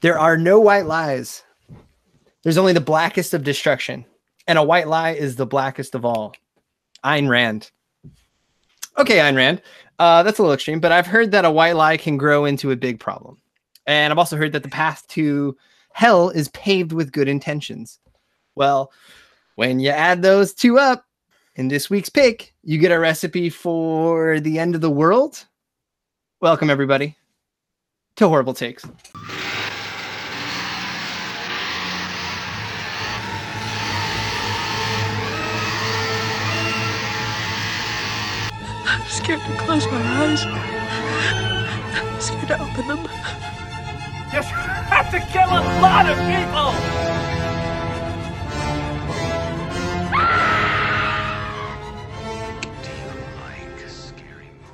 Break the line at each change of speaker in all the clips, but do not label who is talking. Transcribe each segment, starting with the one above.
There are no white lies. There's only the blackest of destruction. And a white lie is the blackest of all. Ayn Rand. Okay, Ayn Rand. Uh, that's a little extreme, but I've heard that a white lie can grow into a big problem. And I've also heard that the path to hell is paved with good intentions. Well, when you add those two up in this week's pick, you get a recipe for the end of the world. Welcome, everybody, to Horrible Takes.
I'm scared to close my eyes. I'm scared to open them.
You're gonna have to kill a lot of people!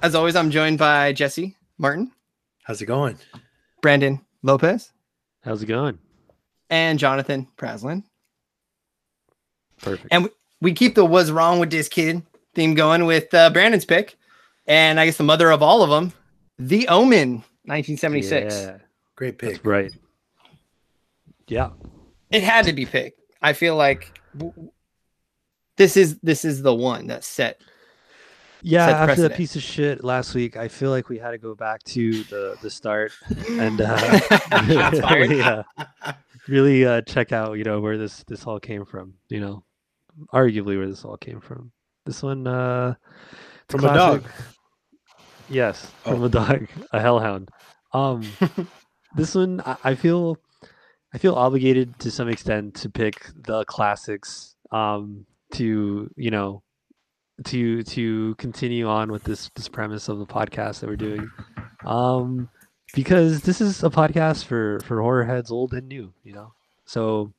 As always, I'm joined by Jesse Martin,
How's it going?
Brandon Lopez,
How's it going?
and Jonathan Praslin.
Perfect.
And we, we keep the "What's wrong with this kid?" theme going with uh, Brandon's pick, and I guess the mother of all of them, The Omen, 1976.
Yeah,
Great pick.
right. Yeah.
It had to be picked. I feel like w- w- this is this is the one that set.
Yeah.
Set
after
precedent.
that piece of shit last week, I feel like we had to go back to the the start and uh, really, uh, really uh, check out, you know, where this this all came from. You know, arguably where this all came from. This one uh, it's
From a dog.
classic. Yes,
Oh.
from a dog, a hellhound. Um, this one, I, I feel, I feel obligated to some extent to pick the classics. Um, to you know, to to continue on with this this premise of the podcast that we're doing. Um, because this is a podcast for for horror heads, old and new. You know, so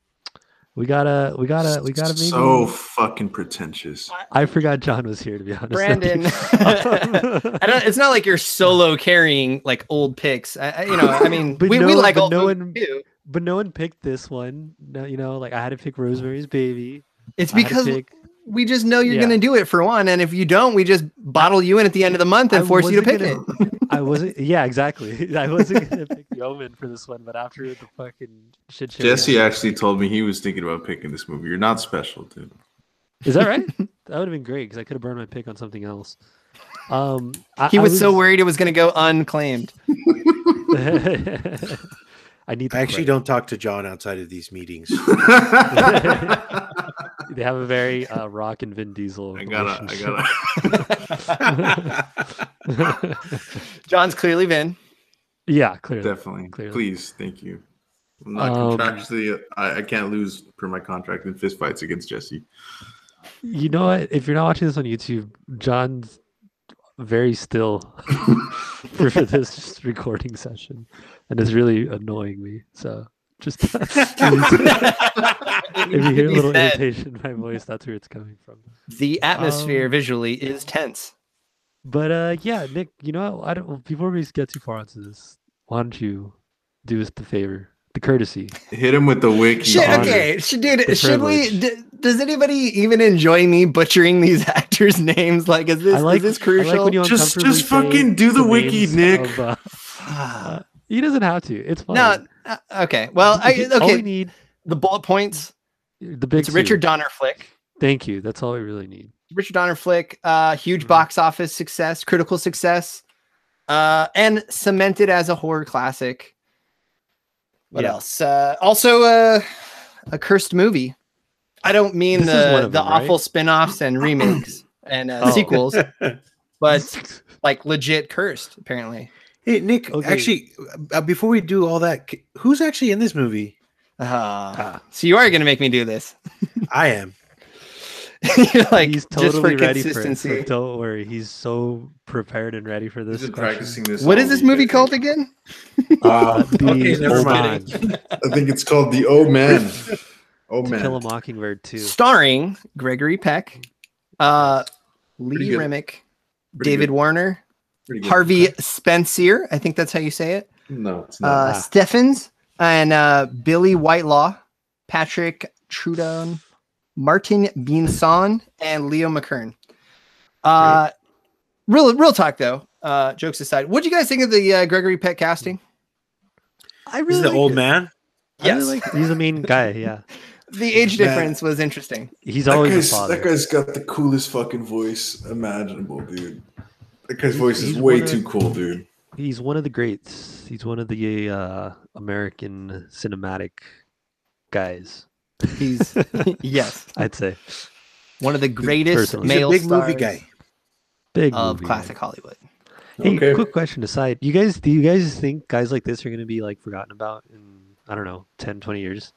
we gotta we gotta we gotta maybe.
so fucking pretentious.
I forgot John was here to be honest.
Brandon. I don't. It's not like you're solo carrying like old picks. I, I- you know, I mean,
But
we, we
no-
like
but
old
no
movies too.
one- but no one picked this one. No, you know, like I had to pick Rosemary's Baby.
It's
I had to
because
pick-
we just know you're
Yeah.
gonna do it for one, and if you don't, we just bottle you in at the end of the month and
I
force you to pick
wasn't gonna-
it.
I wasn't. Yeah, exactly. I wasn't gonna pick the Omen for this one, but after the fucking shit show,
Jesse actually told me he was thinking about picking this movie. You're not special, dude.
is that right? that would have been great because I could have burned my pick on something else. Um, I,
He
I
was so worried it was gonna go unclaimed.
I need.
I actually
the
don't talk to John outside of these meetings.
I
credit. They have a very uh, Rock and Vin Diesel.
gotta, I gotta.
gotta.
John's clearly been.
yeah, clearly.
Definitely.
Clearly.
Please, thank you. I'm not
Um,
contractually. I, I can't lose per my contract in fistfights against Jesse.
You know what? If you're not watching this on YouTube, John's very still for this recording session, and it's really annoying me. So just if you hear a
He
little
said,
irritation in my voice, that's where it's coming from.
the atmosphere
Um,
visually is tense.
But uh, yeah, Nick, you know, what? I don't. Before we get too far into this, why don't you do us the favor, the courtesy?
Hit him with the wiki.
Should,
honor
okay, should, dude,
the
should we?
privilege.
D- does anybody even enjoy me butchering these actors' names? Like, is this
I like
is this
I like
crucial?
when you
Just-
uncomfortably
just
say
fucking do the wiki,
names
Nick.
of, uh,
Ah,
he doesn't have to. It's fine.
no, uh, okay. Well, I,
All we
okay.
need
the bullet points.
the big
It's Richard
two.
Donner flick.
Thank you. That's all we really need.
Richard Donner flick. Uh,
Mm-hmm.
huge box office success, critical success, uh, and cemented as a horror classic. What
Yeah.
else? Uh, also, uh, a cursed movie. I don't mean
This is one
the
of
the
them, right?
awful spin-offs and remakes and uh,
Oh.
sequels, but like legit cursed apparently.
hey, Nick,
Okay.
actually, uh, before we do all that, c- who's actually in this movie?
Uh,
Ah.
So you are going to make me do this.
I am.
You're like
he's totally
just for
ready for
consistency.
it. so Don't worry, he's so prepared and ready for this.
He's been
question.
practicing this.
what
all
is this
week, I
movie
think.
called again?
Uh,
The
Okay, never
Old
mind.
Man,
I think it's called the O Man. O
To Kill a
Man.
Mockingbird too.
starring Gregory Peck, uh, Lee
Pretty good.
Remick,
Pretty
David
good.
Warner, Harvey Spencer. I think that's how you say it.
No, it's not.
Uh,
Ah.
Steffens and uh, Billy Whitelaw, Patrick Trudon, Martin Beanson, and Leo McKern. Uh, real, real talk though. Uh, jokes aside, what do you guys think of the uh, Gregory Peck casting?
I
He's
really
the
like
old
it.
man.
I really
Yes.
like- he's the main guy. Yeah,
The age
Matt.
difference was interesting.
he's
That
always the
guy's,
father.
that guy's got the coolest fucking voice imaginable, dude. That guy's voice is
he's
way
one of-
too cool, dude.
he's one of the greats. He's one of the uh, American cinematic guys.
He's yes,
I'd say
one of the greatest
personally.
He's
male
a big
stars
movie guy.
big
of
movie,
Um, classic
man.
Hollywood.
Hey,
Okay.
quick question aside. You guys, do you guys think guys like this are going to be like forgotten about in I don't know 10, 20 years?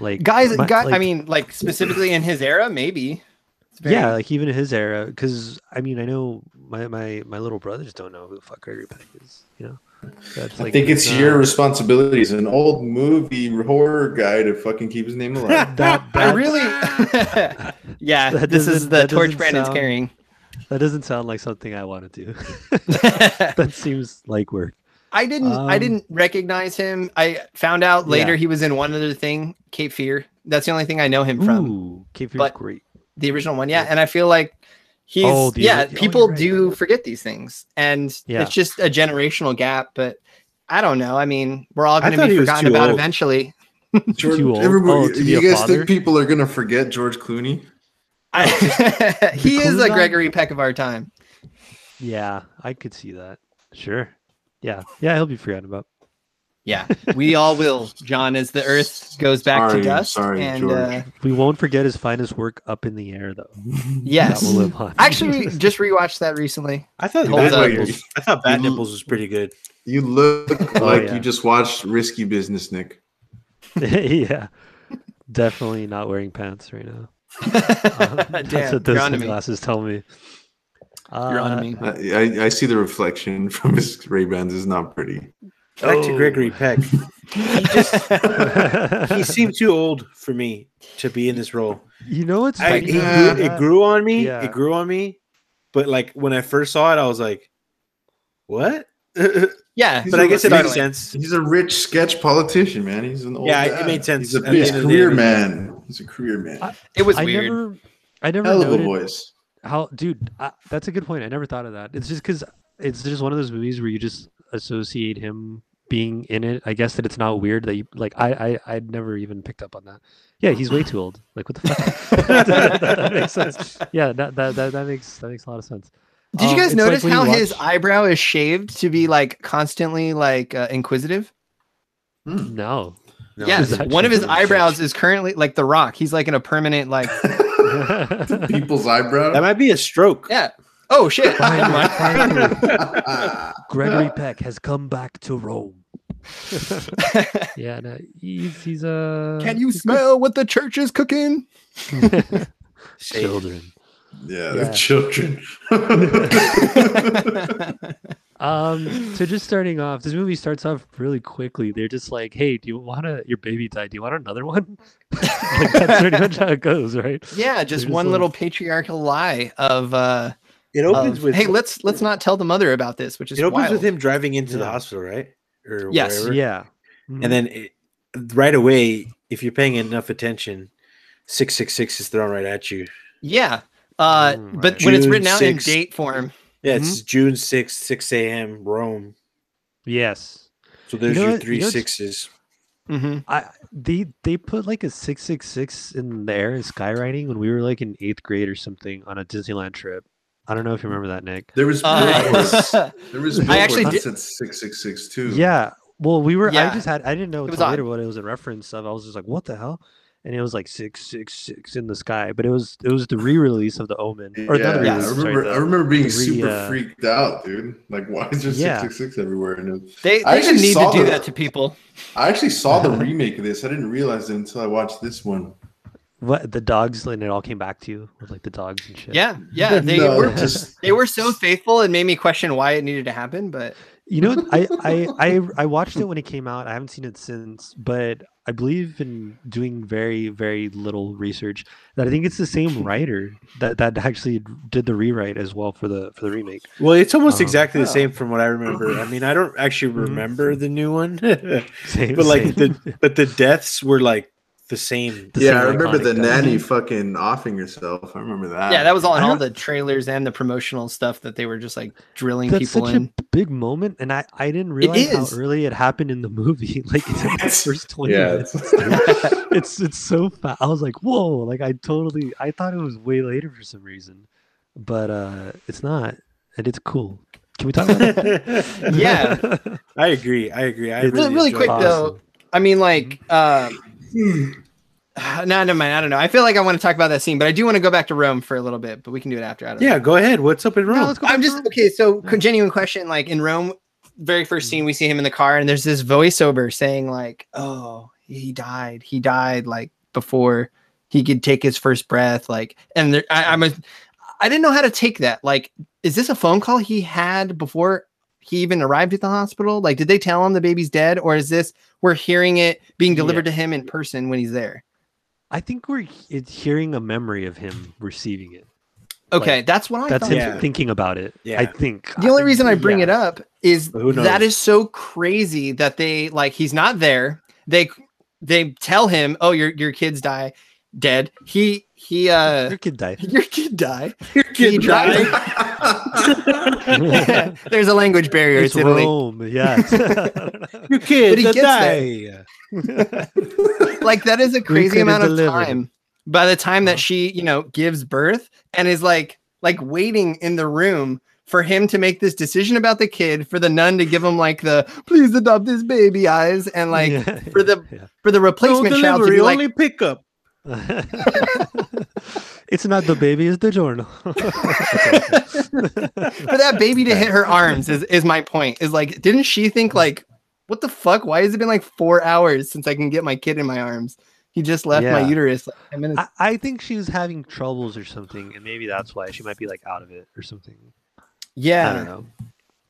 Like
Guys,
my-
guy, I
like-
mean, like specifically in his era, maybe. It's very-
yeah, like even in his era, because I mean, I know my my my little brothers don't know who the fuck Gregory Peck is. You know, that's
I think it's uh,
not-
your responsibility as an old movie horror guy to fucking keep his name alive.
that-
I
that-
really. yeah,
That
this is
doesn't-
the
that
torch
doesn't
Brandon's
sound-
carrying.
That doesn't sound like something I want to do. that seems like work.
I didn't I
Um,
didn't recognize him. I found out later he was in one other thing, Cape Fear. That's the only thing I know him from.
Ooh, Cape Fear's
but-
great.
The original one, yeah. And I feel like he's
Oh, the
yeah,
ori- oh, you're
people
right.
do forget these things. And
Yeah.
it's just a generational gap, but I don't know. I mean, we're all
I
gonna
thought
be
he was
forgotten
too
about
old.
eventually.
George,
Too old?
everybody-
Oh, to be
you
a
guys
father?
think people are gonna forget George Clooney?
I, he is
cool
a
guy?
Gregory Peck of our time.
Yeah, I could see that. Sure. Yeah, yeah, he'll be forgotten about.
Yeah, we all will. John, as the earth goes back
Sorry,
to dust.
sorry,
and
George.
uh,
We won't forget his finest work, Up in the Air, though.
yes.
That will live on.
Actually, just rewatched that recently.
I thought
Holds
Bad
up.
Nipples. I thought Bad
You-
Nipples was pretty good.
You look
Oh,
like
yeah.
you just watched Risky Business, Nick.
yeah, definitely not wearing pants right now. Um, that's
Damn,
what
you're
those
onto me.
sunglasses tell me.
You're on
Uh,
me.
I, I, I see the reflection from his Ray Bans is not pretty.
Back to
Oh.
Gregory Peck. He just
Uh,
he seemed too old for me to be in this role.
you know what's
I,
funny
it,
about
grew, it
that?
grew on me.
Yeah.
It grew on me. But like when I first saw it, I was like, "What?" but
Yeah,
He's
I
a-
guess it
he's
made
a-
sense.
He's a rich sketch politician, man. He's an old
Yeah, it
dad.
made sense
He's a
at the
he's
end
a
of the
career
day.
man. He's a career man.
I-
it was
I
weird.
never, I never
Hell of a
noted
voice.
how, dude. I, that's a good point. I never thought of that. It's just because it's just one of those movies where you just associate him being in it. I guess that it's not weird that you like. I, I, I'd never even picked up on that. Yeah, he's way too old. Like, what the fuck? that, that makes sense. Yeah, that, that that that makes that makes a lot of sense.
Did you
Um,
guys
it's like
notice
when you
how his
watch-
eyebrow is shaved to be like constantly like uh, inquisitive?
No.
No,
yes,
that
one of his
true?
eyebrows is currently like the Rock. He's like in a permanent like.
People's eyebrow.
that might be a stroke.
yeah. Oh shit! Never
Finally,
mind.
finally,
Ah,
Gregory Peck has come back to Rome. yeah, no, he's he's uh, a.
Can you smell what the church is cooking?
children?
yeah,
Yeah.
they're children.
Um, so just starting off, this movie starts off really quickly. They're just like, "Hey, do you want to? Your baby died. Do you want another one?" like, that's pretty much how it goes, right?
Yeah, just
just
one
like-
little patriarchal lie of. uh
It opens
of,
with
Hey, let's let's not tell the mother about this, which is
it opens
wild.
with him driving into the
Yeah.
hospital, right? Or
Yes.
Yeah. Mm-hmm.
And then it, right away, if you're paying enough attention, six six six is thrown right at you.
Yeah, uh,
Mm,
but
right.
when it's
June
written out in
6th.
date form,
Yeah, it's June sixth, six a.m. Rome.
yes,
So there's
know
your
what- you
three
know what's-
sixes.
hmm
I they they put like a six six six in there in skywriting when we were like in eighth grade or something on a Disneyland trip. I don't know if you remember that, Nick.
there was billboards.
uh,
there was
I actually
billboards that said six six six two.
Yeah. Well, we were.
Yeah.
I just had. I didn't know
It was
until later
odd.
what it was in reference of. I was just like, "What the hell?" And it was like six six six in the sky. But it was it was the re-release of the Omen. Or
yeah,
not the
Mm, yeah,
I
re-release,
remember.
sorry, the-
I remember being
the re-
super
uh,
freaked out, dude. Like, why is there
Yeah.
six six six everywhere? And it-
They,
I
they
actually
should need to
saw
do
the-
that to people.
I actually saw the remake of this. I didn't realize it until I watched this one.
what the dogs and it all came back to you with like the dogs and shit.
Yeah, yeah, they
No,
were
just
they were so faithful and made me question why it needed to happen. But
You know, what? I, I I I watched it when it came out. I haven't seen it since, but I believe in doing very very little research that I think it's the same writer that that actually did the rewrite as well for the for the remake.
Well, it's almost
Um,
exactly the same from what I remember. I mean, I don't actually
Mhm.
remember the new one,
Same,
but like
same.
the but the deaths were like the same.
The
yeah,
same
I remember
iconic
the
guy.
nanny fucking offing herself. I remember
Uh,
that.
Yeah, that was all in
I
all
don't-
the trailers and the promotional stuff that they were just like drilling
That's
people
such
in.
a big moment, and I I didn't realize
is.
how early it happened in the movie. Like it's in the first twenty
Yeah,
minutes. it's it's so fast. I was like, whoa! Like I totally I thought it was way later for some reason, but uh it's not, and it's cool. Can we talk about that?
Yeah.
I agree. I agree. I
It's
really,
really
enjoyed
quick,
it.
though, I mean, like, uh, no, never mind. I don't know. I feel like I want to talk about that scene, but I do want to go back to Rome for a little bit. But we can do it after. I don't know.
Yeah, go ahead. What's up in Rome?
let's go
I'm just okay. So, con- genuine question: like in Rome, very first scene we see him in the car, and there's this voiceover saying like, "Oh, he died. He died like before he could take his first breath." Like, and there, I, I'm a, I didn't know how to take that. Like, is this a phone call he had before he even arrived at the hospital? Like, did they tell him the baby's dead, or is this we're hearing it being delivered to him in person when he's there?
I think we're he- it's hearing a memory of him receiving it.
Okay, that's what I
That's
thought.
him
Yeah.
thinking about it.
Yeah.
I think
The only reason I bring it
yeah.
up is
But who
that
knows?
is so crazy that they like he's not there. They they tell him, "Oh, your your kids die dead." He he uh
Your kid died.
your kid die.
Your
He died. There's a language barrier. It's,
It's
Italy.
Rome, yeah.
Your kid
But he
that
gets uh,
die.
Like that is a crazy
couldn't
amount of
deliver.
time. By the time that she, you know, gives birth and is like like waiting in the room for him to make this decision about the kid, for the nun to give him like the please adopt this baby eyes and like
Yeah,
for the
yeah.
for the
No
replacement child to
delivery,
be like
only pickup.
it's not the baby, it's the journal.
for that baby to hit her arms is, is my point is like didn't she think
Mm.
like what the fuck why has it been like four hours since i can get my kid in my arms he just left my
Yeah.
uterus like 10 minutes
I, I think she was having troubles or something, and maybe that's why she might be like out of it or something. I don't
yeah
know.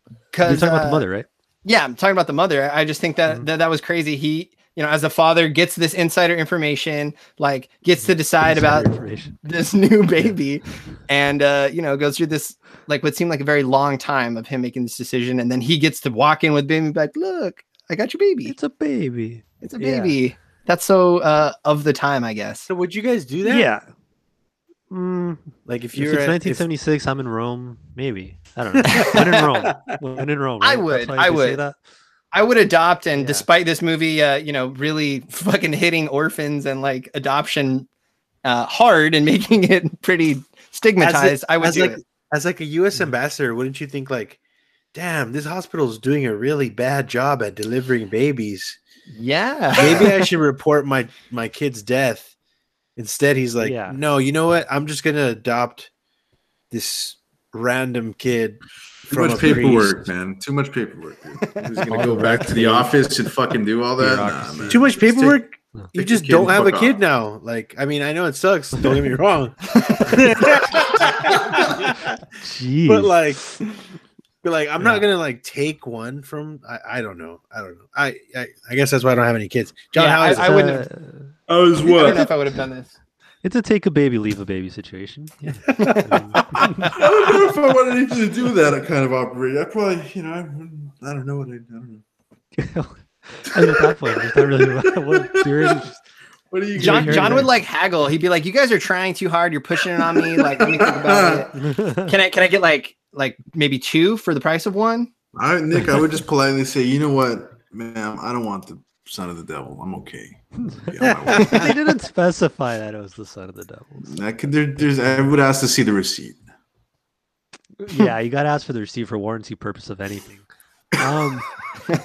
You're
because uh,
talking about the mother, right?
yeah i'm talking about the mother i I just think that,
Mhm.
that that was crazy he you know as a father gets this insider information like gets to decide
Mm-hmm. Insider
about
information.
this new baby and uh you know goes through this like what seemed like a very long time of him making this decision and then he gets to walk in with baby and be like look i got your baby
It's a baby.
It's a
Yeah.
baby. That's so uh, of the time, I guess.
So would you guys do that?
Yeah. Mm,
Like if
if
you
it's
were at- if-
1976, I'm in Rome. Maybe I don't know. when in Rome. When in Rome.
I
right? That's
would,
why
I
they say
would.
that?
I would adopt, and
Yeah.
despite this movie, uh, you know, really fucking hitting orphans and like adoption uh, hard and making it pretty stigmatized, I would
as
do
like
it.
as like a U.S.
Mhm.
ambassador, wouldn't you think like, damn, this hospital is doing a really bad job at delivering babies.
Yeah,
Maybe I should report my my kid's death. Instead, he's like,
Yeah.
no, you know what? I'm just gonna adopt this random kid
Too
from
much
a priest."
paperwork, man. Too much paperwork. Dude. Who's
All
gonna go
the
back to the
red
office and fucking do all that? Nah,
Bureaucracy.
man.
Too much
Just take-
paperwork. You
take
just
your kid
don't
and
have a
fuck
kid
off.
now. Like, I mean, I know it sucks. Don't get me wrong.
Jeez.
but like but like i'm not gonna like take one from I, I don't know i don't know I, I i guess that's why i don't have any kids john
Yeah,
how is
I
it?
wouldn't
Uh,
I was
I don't know
what?
if I would have done this.
It's a take a baby, leave a baby situation. Yeah.
I don't know if I wanted to do that kind of operation. I probably, you know, I, wouldn't- I don't know what I, I don't know.
I mean, at that point, there's not really what you're in-
What are you
John
you're
John
right.
would like haggle. He'd be like, "You guys are trying too hard. You're pushing it on me. Like, let me think about it. Can I can I get like like maybe two for the price of one?"
I, Nick, I would just politely say, you know what, ma'am, I don't want the son of the devil. I'm okay. Yeah, I'm okay.
they didn't specify that it was the son of the devil.
I could, there, there's, I would ask to see the receipt.
yeah, you got to ask for the receipt for warranty purpose of anything. Um,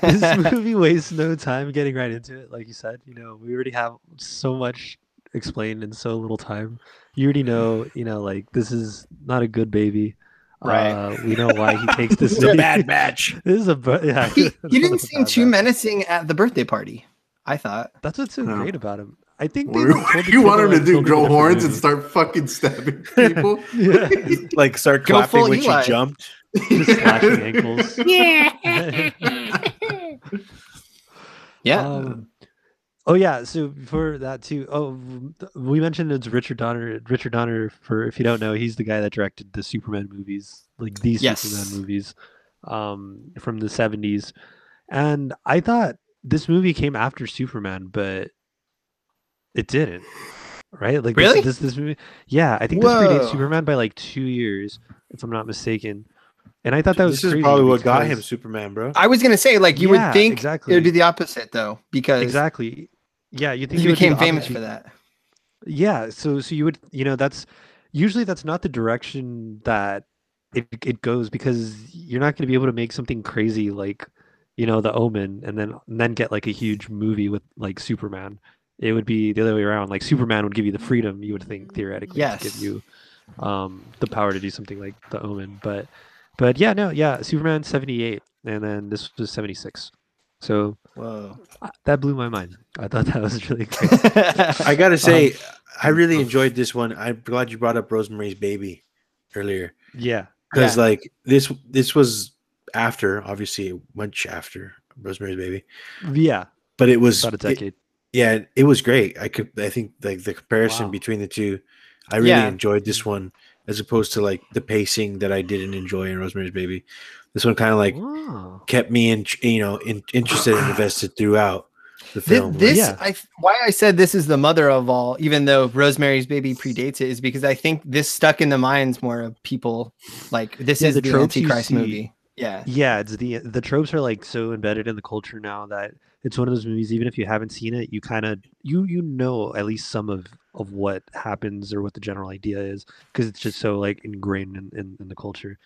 this movie wastes no time getting right into it. Like you said, you know, we already have so much explained in so little time. You already know, you know, like this is not a good baby.
Right.
Uh, we know why he takes this.
It's a
many-
bad batch
This is a bu- yeah.
he, he
another
didn't seem
bad
too
batch.
menacing at the birthday party. I thought.
That's what's so
No.
great about him. I think they
What do
like, told the
you- you
kid
want
to,
him to
like,
do?
go make
Grow
a different
horns and
movie.
start fucking stabbing people?
Yeah,
like start
Go
clapping
full
when she
Eli.
jumped
just slashing ankles.
Yeah.
Um, oh yeah. So for that too. Oh, v- th- we mentioned it's Richard Donner. Richard Donner. For if you don't know, he's the guy that directed the Superman movies, like these
Yes.
Superman movies, um, from the seventies. And I thought this movie came after Superman, but It didn't. Right? Like
Really?
this, this this movie. Yeah, I think this predates
Whoa.
Superman by like two years, if I'm not mistaken. And I thought that was
this is
crazy
probably what got him
because-
Superman, bro.
I was gonna say, like, you
Yeah,
would think
exactly.
it would be the opposite though, because
Exactly. Yeah, you think
he
it would be
became
the
famous
opposite.
for that.
Yeah, so so you would you know that's usually that's not the direction that it it goes because you're not going to be able to make something crazy like you know the Omen and then and then get like a huge movie with like Superman. It would be the other way around. Like Superman would give you the freedom you would think theoretically to give
Yes.
you um the power to do something like the Omen, but but yeah, no, yeah, Superman 78 and then this was 76. So
Whoa.
uh, that blew my mind. I thought that was really great.
I gotta say, I really enjoyed this one. I'm glad you brought up Rosemary's Baby earlier
Yeah.
because, like, this this was after, obviously, much after Rosemary's Baby,
Yeah.
but it was
About a
it-
decade.
yeah, it was great. I could, I think, like the comparison
Wow.
between the two, I really
Yeah.
enjoyed this one as opposed to like the pacing that I didn't enjoy in Rosemary's Baby. This one kind of like
Wow.
kept me in, you know, in, interested and invested throughout the
Thi-
film.
this,
Yeah.
I why I said this is the mother of all, even though Rosemary's Baby predates it, is because I think this stuck in the minds more of people. Like this
Yeah,
is
the
the,
tropes you
Antichrist
see-
movie. Yeah,
Yeah, it's the the tropes are like so embedded in the culture now that it's one of those movies. Even if you haven't seen it, you kind of you you know at least some of of what happens or what the general idea is because it's just so like ingrained in, in, in the culture.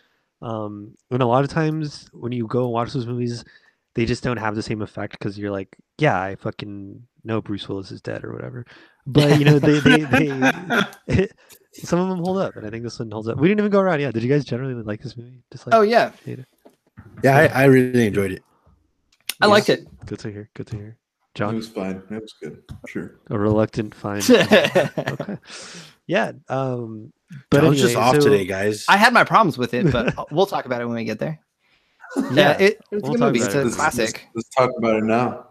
Um, and a lot of times when you go and watch those movies, they just don't have the same effect because you're like, yeah, I fucking know Bruce Willis is dead or whatever. But you know they they, they some of them hold up, and I think this one holds up. We didn't even go around. Yeah, did you guys generally like this movie? Just like
Oh yeah,
yeah, I, I really enjoyed it.
I liked it.
Good to hear. Good to hear.
It
John,
was fine. It was good. Sure.
Mm-hmm.
a reluctant fine. okay. Yeah. Um, but
But I was just
anyway,
off
so-
today, guys.
I had my problems with it, but we'll talk about it when we get there. Yeah,
Yeah.
it, it's
We'll
a good movie.
talk
It's
about it.
a
This is-
classic.
Let's talk about it now.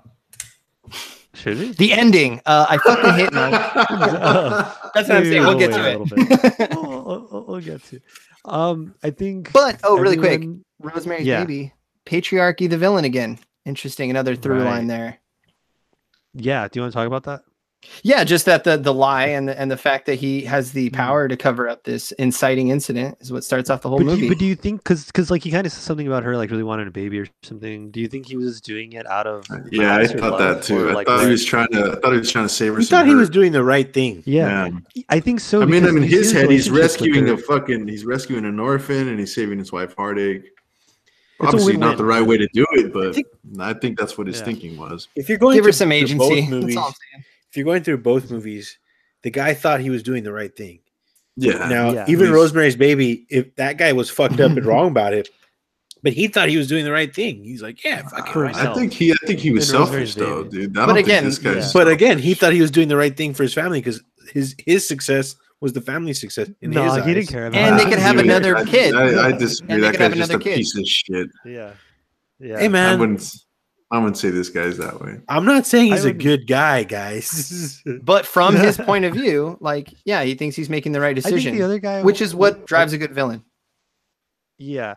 Should we?
The ending, uh, I fucking hate mine.
Oh.
That's what I'm saying. We'll get to it.
we'll, we'll- we'll- we'll get to. it. Um, I think.
but oh, really quick,
everyone-
Rosemary's
Yeah.
Baby, patriarchy, the villain again. Interesting, another through line
Right.
there.
Yeah. Do you want to talk about that?
Yeah, just that the the lie and the, and the fact that he has the
Hmm.
power to cover up this inciting incident is what starts off the whole
but, Do
movie.
you, but do you think because because like he kind of said something about her like really wanting a baby or something? Do you think he was doing it out of?
Yeah, I
malice or
thought
love
that too.
or,
I
like,
thought
what?
he was trying to. I thought he was trying to save her.
He
some
thought he
hurt.
was doing the right thing.
Yeah, I think so.
I mean,
because
I mean,
you
in
see
his head, he's
relationships with
rescuing
her.
a fucking. He's rescuing an orphan, and he's saving his wife heartache.
a
Obviously, not the
win-win.
right way to do it, but I
think-
think, that's what his
Yeah.
thinking was.
If you're going
Give
through
her some
through both
agency. That's
movies,
all I'm saying.
if you're going through both movies, the guy thought he was doing the right thing.
Yeah.
Now,
yeah.
even
He's-
Rosemary's Baby, if that guy was fucked up and wrong about it, but he thought he was doing the right thing. He's like, yeah, fuck it.
For
why not?
himself.
I think he. I think he was
In Rosemary's
selfish though,
Baby.
dude. I
But
don't
again,
think this guy's.
But again, he thought he was doing the right thing for his family because his his success was the family's success. In
no,
his
he
eyes.
didn't care about.
And
it.
they could have
Yeah,
another
I-
kid.
I, I disagree.
And they
That
could have
guy's just a
another kid.
piece of shit.
Yeah. Yeah.
Hey
I
man,
wouldn't. I wouldn't say this guy's that way.
I'm not saying
I
he's a
wouldn't-
good guy, guys.
But from his point of view, like, yeah, he thinks he's making the right
I think
decision,
the other guy,
which is what drives a good villain.
Yeah.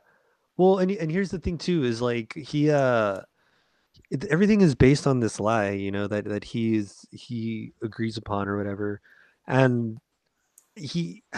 Well, and and here's the thing too is like he uh it, everything is based on this lie, you know, that that he is he agrees upon or whatever. And he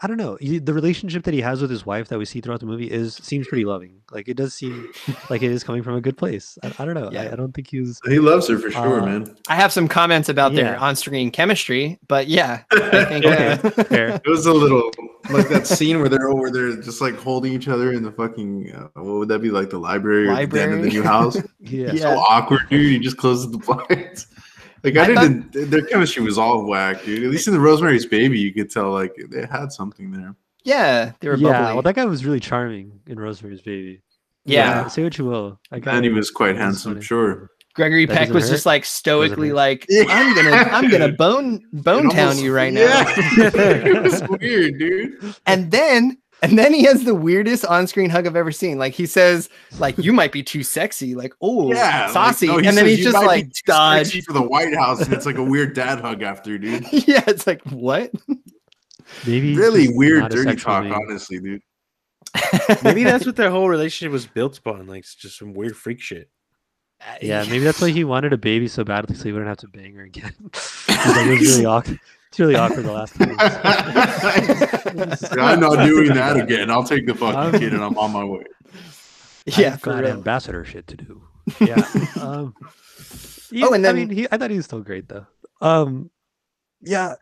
I don't know. he- The relationship that he has with his wife that we see throughout the movie is seems pretty loving. Like it does seem like it is coming from a good place. I, I don't know. I,
Yeah.
I don't think he was
He loves her for sure,
Uh,
man.
I have some comments about their
Yeah.
on-screen chemistry, but yeah, I think uh,
fair.
It was a little like that scene where they're where they're just like holding each other in the fucking uh, what would that be like the library, or the den of the
Library.
new house?
Yeah.
Yeah.
So awkward, dude. You just closes the blinds. Like I,
I
didn't. Their chemistry was all whack, dude. At least in the Rosemary's Baby, you could tell like they had something there.
yeah, they were
yeah,
bubbly.
well, that guy was really charming in Rosemary's Baby.
yeah.
Say what you will. I
And he was quite
That's
handsome,
funny.
sure.
Gregory
That
Peck
doesn't
was
hurt.
just like stoically
hurt.
like
Yeah.
I'm gonna I'm gonna bone bone
It
town
almost-
you right now.
Yeah. it was weird, dude.
And then and then he has the weirdest on-screen hug I've ever seen. Like he says, like you might be too sexy, like oh
Yeah, like,
saucy.
no, he
and then
says,
he's
"You
just
might be
like
too
dodge.
sexy for the White House, and it's like a weird dad hug after, dude.
yeah, it's like what?
Maybe he's
Really
just
weird,
not a
dirty
sexual
talk,
being.
honestly, dude.
Maybe that's what their whole relationship was built upon, like it's just some weird freak shit.
Yeah, maybe that's why he wanted a baby so badly so he wouldn't have to bang her again. He's like, it was really awkward. It's really awkward the last time.
I'm not doing that again. I'll take the fucking
I'm-
kid and I'm on my way.
yeah,
I've
for
got
real.
ambassador shit to do. Yeah. um, yeah,
Oh, and
I
then-
mean, he, I thought he was still great though. Um, yeah,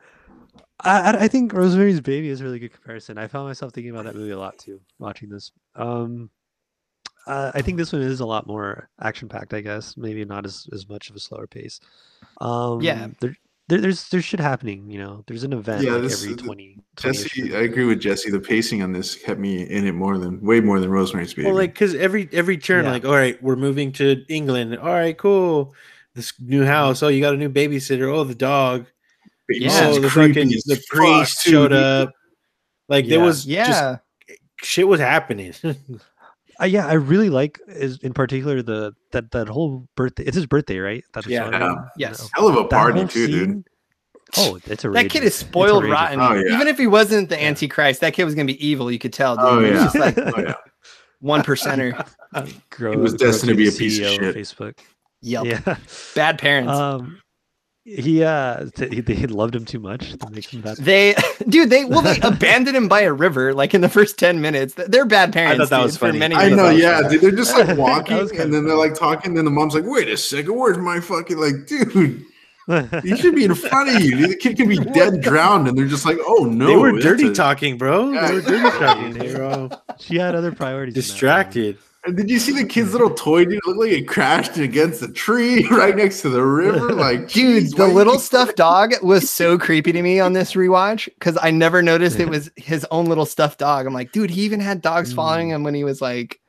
I, I- I think Rosemary's Baby is a really good comparison. I found myself thinking about that movie a lot too, watching this. Um, uh, I think this one is a lot more action packed. I guess maybe not as, as much of a slower pace. Um, There, there, there's there's shit happening. You know, there's an event
Yeah,
like,
this-
every
th-
20, 20
Jesse, I agree with Jesse. The pacing on this kept me in it more than way more than Rosemary's Baby.
Well, like because every every turn,
Yeah.
like, all right, we're moving to England. All right, cool. This new house. Oh, you got a new babysitter. Oh, the dog.
Yeah.
oh, the fucking the priest showed up. Like there
Yeah.
was yeah, just,
Yeah,
shit was happening.
Uh, yeah, I really like is in particular the that that whole birthday. It's his birthday, right? That's
Yeah.
No.
yes.
Hell of a
That
party
whole
too, dude.
scene- Oh, it's a
That
rager.
kid is
It's a
spoiled
rager.
rotten.
Oh, yeah.
Even if he wasn't the
Yeah.
Antichrist, that kid was gonna be evil. You could tell. Dude.
Oh,
He was
yeah.
just like
Oh, yeah.
one percenter.
Grow,
It was
grow
destined to be a
the
piece of
CEO
shit.
E Facebook.
Yep.
Yeah.
Bad parents.
Um, he uh, t- he- they loved him too much to make him that.
they, dude, they well, they abandoned him by a river like in the first ten minutes. Th- They're bad parents.
that was
dude, for
funny.
many
I
reasons.
know, yeah. Dude, they're just like
That
walking,
was kinda
and then they're
funny.
like talking. And then the mom's like, "Wait a second, where's my fucking like, dude? You should be in front of you. dude. The kid could be dead, drowned." And they're just like, "Oh no,
they were
that's
dirty
a-
talking, bro.
Yeah.
They were dirty talking. They were all
she had other priorities. in that
distracted.
And did you see the kid's little toy, dude? It looked like it crashed against a tree right next to the river. Like,
Dude,
geez,
the
why-
little stuffed dog was so creepy to me on this rewatch because I never noticed it was his own little stuffed dog. I'm like, dude, he even had dogs
Mm.
following him when he was like,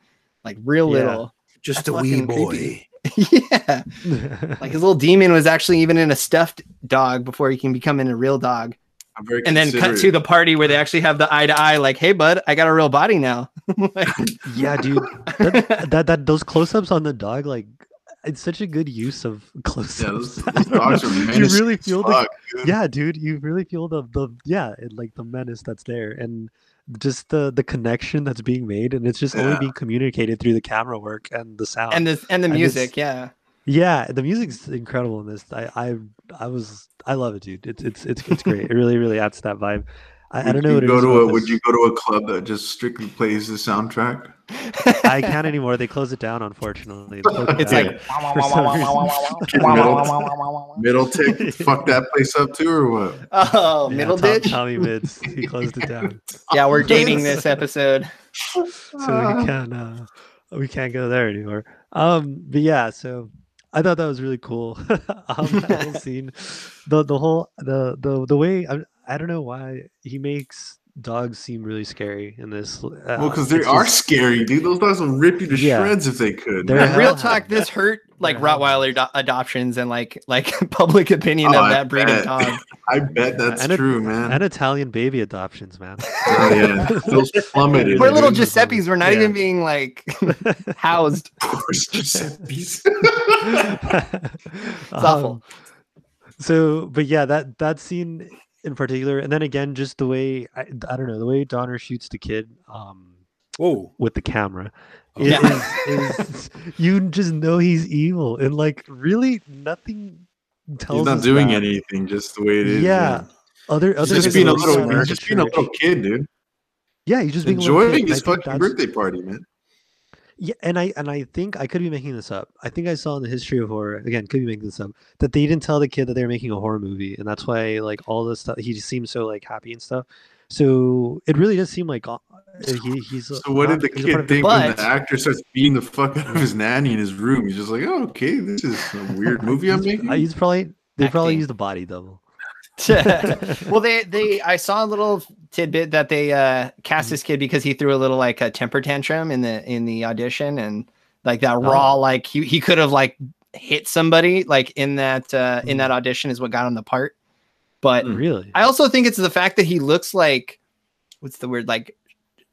like real
Yeah.
little.
Just
That's
a wee
fucking
boy.
creepy. yeah,
moment.
like his little demon was actually even in a stuffed dog before he can become in a real dog.
I'm very
And then cut to
considerate.
the party where they actually have the eye to eye, like, hey, bud, I got a real body now. Like,
yeah, dude. That, that that those close-ups on the dog, like, it's such a good use of close-ups.
Yeah, those,
I
those
don't know.
dogs are
You
menacing
really
as
feel the
fuck, dude.
yeah dude you really feel the the yeah it, like the menace that's there and just the the connection that's being made and it's just only
Yeah.
being communicated through the camera work and the
Oh.
sound
and the and the
And
music,
it's-
yeah.
yeah the music's incredible in this i i i was i love it dude it's it's it's, it's great it really really adds to that vibe i, I
Would
don't know
you
what it
go
is
to
about
a, Would
this-
you go to a club that just strictly plays the soundtrack?
i can't anymore they close it down unfortunately They close it
It's
down.
like-
For some
Middle tick, fuck that place up too, or what?
Oh,
Yeah,
middle
Tom-
ditch.
tommy mids he closed it down
Yeah, we're dating this episode.
so we can't uh, we can't go there anymore. Um, but yeah, so I thought that was really cool. um, that whole scene, the the whole the the the way I, I don't know why he makes dogs seem really scary in this. Uh,
Well, because they
it's
are
just-
scary, dude. Those dogs would rip you to
Yeah.
shreds if they could.
They're-
And real
hellhound.
talk, this hurt like
They're
Uh-huh.
hellhound.
Rottweiler do- adoptions and like like public opinion
Oh,
of
I
that breed of
bet.
dog.
I bet that's
And it-
true, man.
and Italian baby adoptions, man.
oh yeah, those plummeted.
We're little
dude.
Giuseppes. We're not
Yeah.
even being like housed.
Poor Giuseppes.
it's
awful.
Um, so, but yeah, that that scene in particular, and then again, just the way I, I don't know the way Donner shoots the kid. Um,
Whoa.
with the camera.
Oh,
It
yeah.
is- is- you just know he's evil, and like really nothing tells.
He's not
us
doing
that.
anything, just the way it is.
Yeah, other
He's
other
just
than
being a
what we saw
little,
in
he's
the
just being a
church.
little kid, dude.
Yeah, he's just being a little kid, and
Enjoying
I
his
think
fucking
that's-
birthday party, man.
Yeah, and I and I think I could be making this up. I think I saw in the history of horror again, could be making this up, that they didn't tell the kid that they were making a horror movie, and that's why like all this stuff he just seems so like happy and stuff. So it really does seem like uh, he, he's.
So what did the kid think when
But-
the actor starts beating the fuck out of his nanny in his room? He's just like, "Oh, okay, this is a weird movie I'm
He's,
making."
uh, he's probably they probably
Acting.
used the body double.
well, they they I saw a little tidbit that they uh cast this kid because he threw a little like a temper tantrum in the in the audition and like
Oh.
that raw like he he could have like hit somebody like in that uh
Hmm.
in that audition is what got him the part. But
Really?
Mm. I also think it's the fact that he looks like what's the word like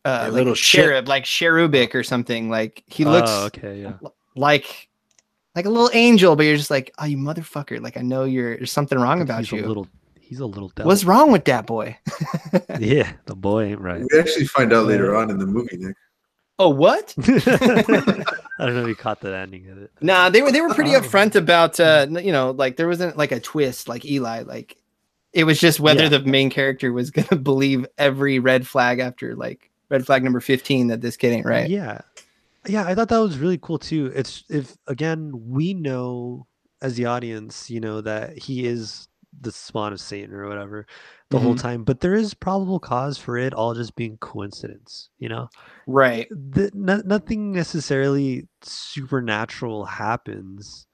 uh
A
like
little shit.
cherub like cherubic or something like he looks
Oh, okay, yeah.
like like a little angel but you're just like oh you motherfucker like I know you're there's something wrong
But
about
he's
you.
A little, he's a little devil.
What's wrong with that boy?
yeah, the boy ain't right.
we actually find out later on in the movie, Nick.
Oh, what?
I don't know if you caught that ending of it.
Nah, they were they were pretty
Oh.
upfront about uh, n- you know, like there wasn't like a twist like Eli. Like it was just whether
Yeah.
the main character was gonna believe every red flag after like red flag number fifteen that this kid ain't right.
Yeah. Yeah, I thought that was really cool too. It's if again, we know as the audience, you know, that he is the spawn of Satan or whatever the
Mm-hmm.
whole time, but there is probable cause for it all just being coincidence, you know?
Right.
The, no, nothing necessarily supernatural happens.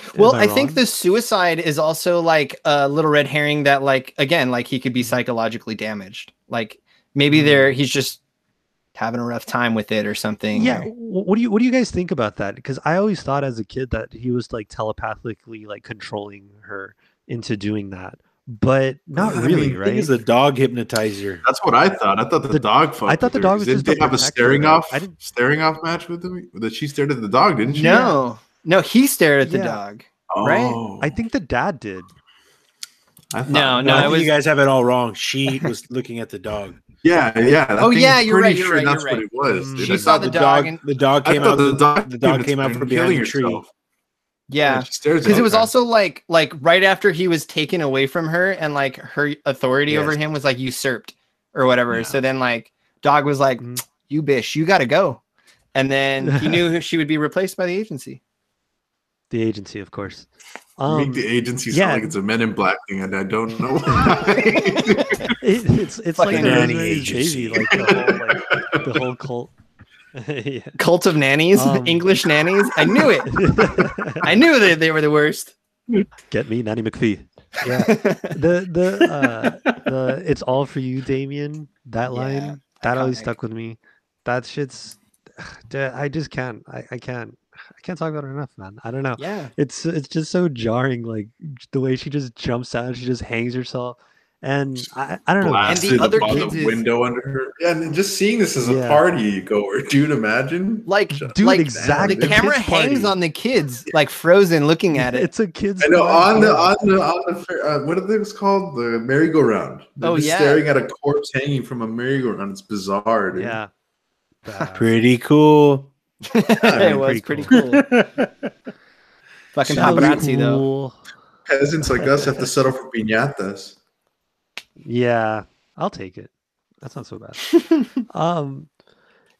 Am
Well, I, think
wrong?
the suicide is also like a little red herring that, like, again, like he could
Mm-hmm.
be psychologically damaged. Like maybe there he's just having a rough time with it or something.
Yeah,
or-
wh- what do you what do you guys think about that? Because I always thought as a kid that he was like telepathically like controlling her into doing that, but not
I
really,
mean,
I think
right?
it's a dog hypnotizer.
That's what I thought. I thought the,
The-
dog. Fucked
I thought the
with her,
dog
'cause
was
Didn't
just a
they have a
protector,
staring
right?
off?
I didn't-
Staring off match with him. That she stared at the dog, didn't she?
No, no, he stared at the
Yeah.
dog.
Oh,
right?
I think the dad did.
I thought-
No,
No,
no,
I
it
think
was.
you guys have it all wrong. She was looking at the dog.
Yeah, yeah. I
Oh,
think
yeah,
I'm
you're
pretty
right, you're right,
That's
you're
what it was.
Mm.
dude.
She
I
saw
thought
the dog and-
the dog
I
came
thought
out.
the dog.
the dog came out
was
from
killing
behind a tree.
herself.
Yeah.
she stares. at
Because it
him.
was also like, like right after he was taken away from her, and like her authority over
Yes.
him was like usurped or whatever.
Yeah.
So then, like, dog was like,
Mm.
"You bitch, you gotta go," and then he knew who- she would be replaced by the agency.
The agency, of course.
make
Um,
the agency
yeah.
sound like it's a Men in Black thing, and I don't know why.
it, it's it's like
Fucking
the
nanny
Rosemary's
agency.
baby, like the whole like the whole cult. yeah.
Cult of nannies,
Um.
English nannies. I knew it. I knew that they were the worst.
Get me Nanny McPhee. Yeah. the the uh the it's all for you damien that
Yeah,
line that always
iconic.
stuck with me that shit's duh, i just can't i, I can't i can't talk about it enough man i don't know
yeah.
it's it's just so jarring like j- the way she just jumps out she just hangs herself and i, I don't know man.
Blasted. the
Blasted
other
by
kids is-
window under her. Yeah, and just seeing this as
Yeah.
a party goer, dude. Imagine.
Like,
Dude,
like
exactly.
The
The
camera
kids' party.
hangs on the kids, like frozen, looking at it.
it's a kid's
I know
party,
on the
yeah.
on the on the fair- uh, what are those called? The merry-go-round. They're
Oh,
just
yeah.
staring at a corpse hanging from a merry-go-round. It's bizarre, dude.
yeah
Pretty cool.
it was pretty
pretty
cool. Fucking
So
paparazzi though.
cool.
Peasants like us have to settle for piñatas.
Yeah, I'll take it. That's not so bad. um,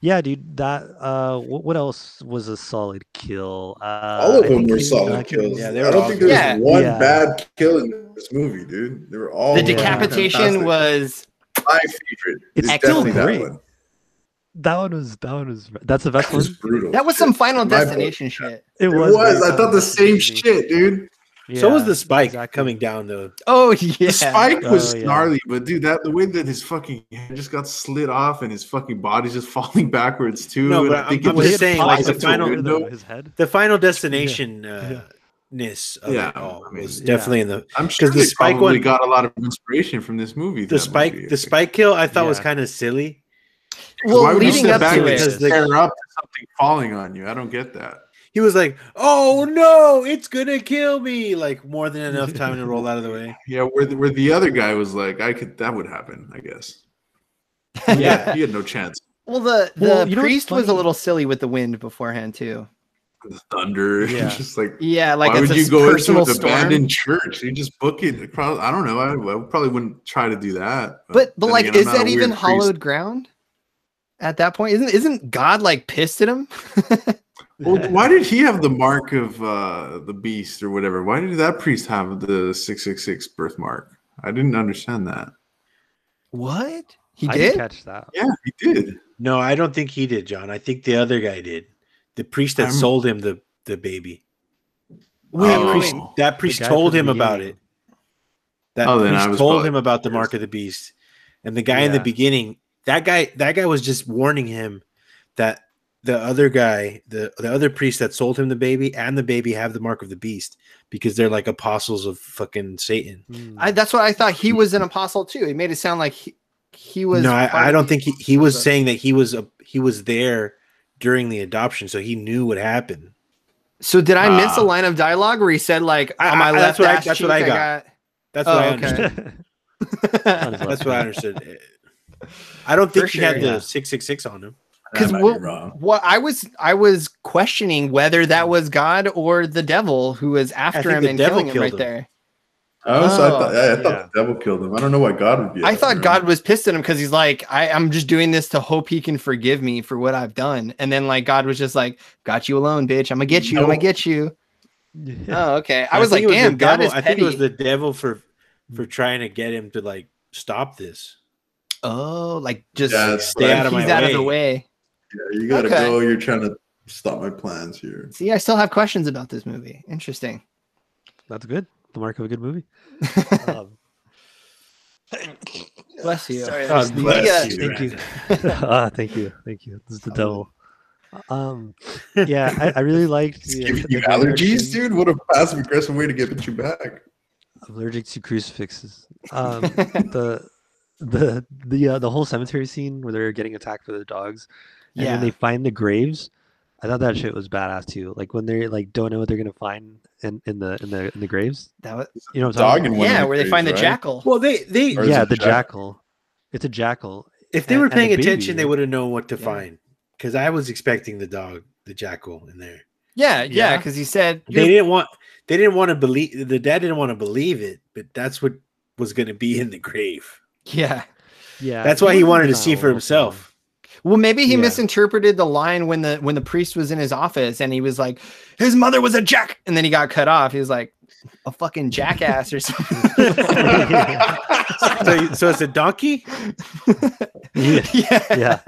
yeah, dude. That uh, what, what else was a solid kill? Uh,
All of
I
them
think
were
he-
solid
like,
kills.
Yeah, they
I
were
don't
all
think
good.
there was
Yeah.
one
Yeah.
bad kill in this movie, dude. They were all
The
yeah.
decapitation
fantastic.
was
my favorite.
It's
It's,
still
definitely
great.
that one.
That one was that one was that's the best
That was
one.
brutal.
that was some Final
My bad.
Destination shit.
It
It
was.
was.
very
I thought
solid
the
Destination
same
to me.
shit, dude.
So was
Yeah,
the spike
exactly.
coming down though.
Oh yeah.
The spike was
Oh, yeah.
gnarly, but dude, that the way that his fucking head just got slid off and his fucking body's just falling backwards too.
No,
and
but
I think
I'm-
it
I'm
Well,
was
he
just
had
saying, like,
popped
the
it
popped
to
out
final-
the
window
window.
of his head.
The final destination uh, ness of
Yeah,
it all
I mean,
was
yeah.
definitely in the
I'm sure
'Cause the
they
spike
probably
one-
got a lot of inspiration from this movie.
the
that
spike
movie.
the spike kill I thought was
Yeah.
kind of silly.
So why
well,
would you
leading
step
up
back
to
and
it.
Because
just
they-
tear up to something falling on you. I don't get that.
He was like, "Oh no, it's gonna kill me!" Like more than enough time to roll out of the way.
Yeah, where the, where the other guy was like, I could that would happen, I guess.
Yeah.
he had no chance.
Well, the the
Well, you know what's
priest was a
funny?
little silly with the wind beforehand too.
The thunder,
Yeah.
just like
Yeah, like
Why
it's
would
a
you go into
personal
an
storm.
abandoned church? You just book it across. I don't know. I, I probably wouldn't try to do that.
But but
then
like,
again, I'm
is
not a
that
weird
even
priest.
hollowed ground? At that point, isn't isn't God like pissed at him?
Well, why did he have the mark of uh, the beast or whatever? Why did that priest have the six six six birthmark? I didn't understand that.
what he
I
did?
didn't catch that.
Yeah, he did.
No, I don't think he did, John. I think the other guy did. The priest that
I'm-
sold him the the baby.
Wait,
that
wait,
priest,
wait.
that priest
guy
told
from
him
the
about it.
beginning.
That
Oh, then I
priest
was
told
probably
him about the mark
confused.
of the beast, and the guy in the
Yeah.
beginning, that guy, that guy was just warning him that the other guy, the the other priest that sold him the baby and the baby have the mark of the beast because they're like apostles of fucking Satan.
Mm.
I, that's what I thought. He was an apostle too. It made it sound like he, he was.
no,
part
I, I
of
don't
the-
think he, he was
but-
saying that he was a, he was there during the adoption, so he knew what happened.
So did I miss a
Ah.
line of dialogue where he said like,
I-
"On my
I-
left
that's what I-
ass
that's what
cheek,
I
I got."
That's
Oh,
what I
okay.
understood.
On his
That's what
left
I
hand.
understood. I don't think
For
he had
sure,
yeah.
the six six six on him.
because
I might be
what,
wrong.
what I was I was questioning whether that was God or the devil who was after
Hmm. think
him
the
and
devil
killing him
killed
right
him.
there.
I also I
Oh,
thought, yeah, I thought
yeah.
the devil killed him. I don't know why God would be.
I
after
thought
him.
God was pissed at him because he's like, I, I'm just doing this to hope he can forgive me for what I've done. And then like God was just like, Got you alone, bitch. I'm gonna get you. I'm gonna
No.
get you.
Yeah.
Oh, okay. I was
think
like,
it the
damn, God
devil-
is
I think it was
petty."
the devil for for trying to get him to like stop this.
Oh, like just
Yeah,
like,
it's
Stay
like,
out of
he's
my
out of the
way.
way.
Yeah, you gotta
Okay.
go. You're trying to stop my plans here.
See, I still have questions about this movie. Interesting.
That's good. The mark of a good movie. Um,
Bless you.
Sorry, I
God
just-
bless
Yeah,
uh, you,
thank
Brandon.
ah, thank you, thank you. This is the devil. Um, yeah, I, I really liked.
It's
the-
giving
the
you
direction.
allergies, dude. What a passive aggressive way to get you back.
allergic to crucifixes. Um, the the the uh, the whole cemetery scene where they're getting attacked by the dogs, and
Yeah.
then they find the graves. I thought that shit was badass too. Like when they like don't know what they're gonna find in, in the in the in the graves.
That was,
You know what I'm
Dog
talking
and one of
yeah,
the
where they
trees,
find the
right?
jackal.
Well, they they
Or
about?
is
Yeah,
it
the
jackal?
jackal. It's a jackal.
if they
and-
were
and the
paying attention, they
baby.
would have known what to
Yeah.
find. Because I was expecting the dog, the jackal, in there.
Yeah, yeah,
Yeah.
because he said
They didn't want they didn't want to believe the dad didn't want to believe it, but that's what was going to be in the grave.
Yeah.
Yeah,
That's why he wanted to
wasn't
see
that
for
old,
himself.
Well, maybe he
Yeah.
misinterpreted the line when the when the priest was in his office and he was like, his mother was a jack, and then he got cut off. He was like, a fucking jackass or something.
so, you- so it's a donkey.
Yeah,
yeah.
yeah.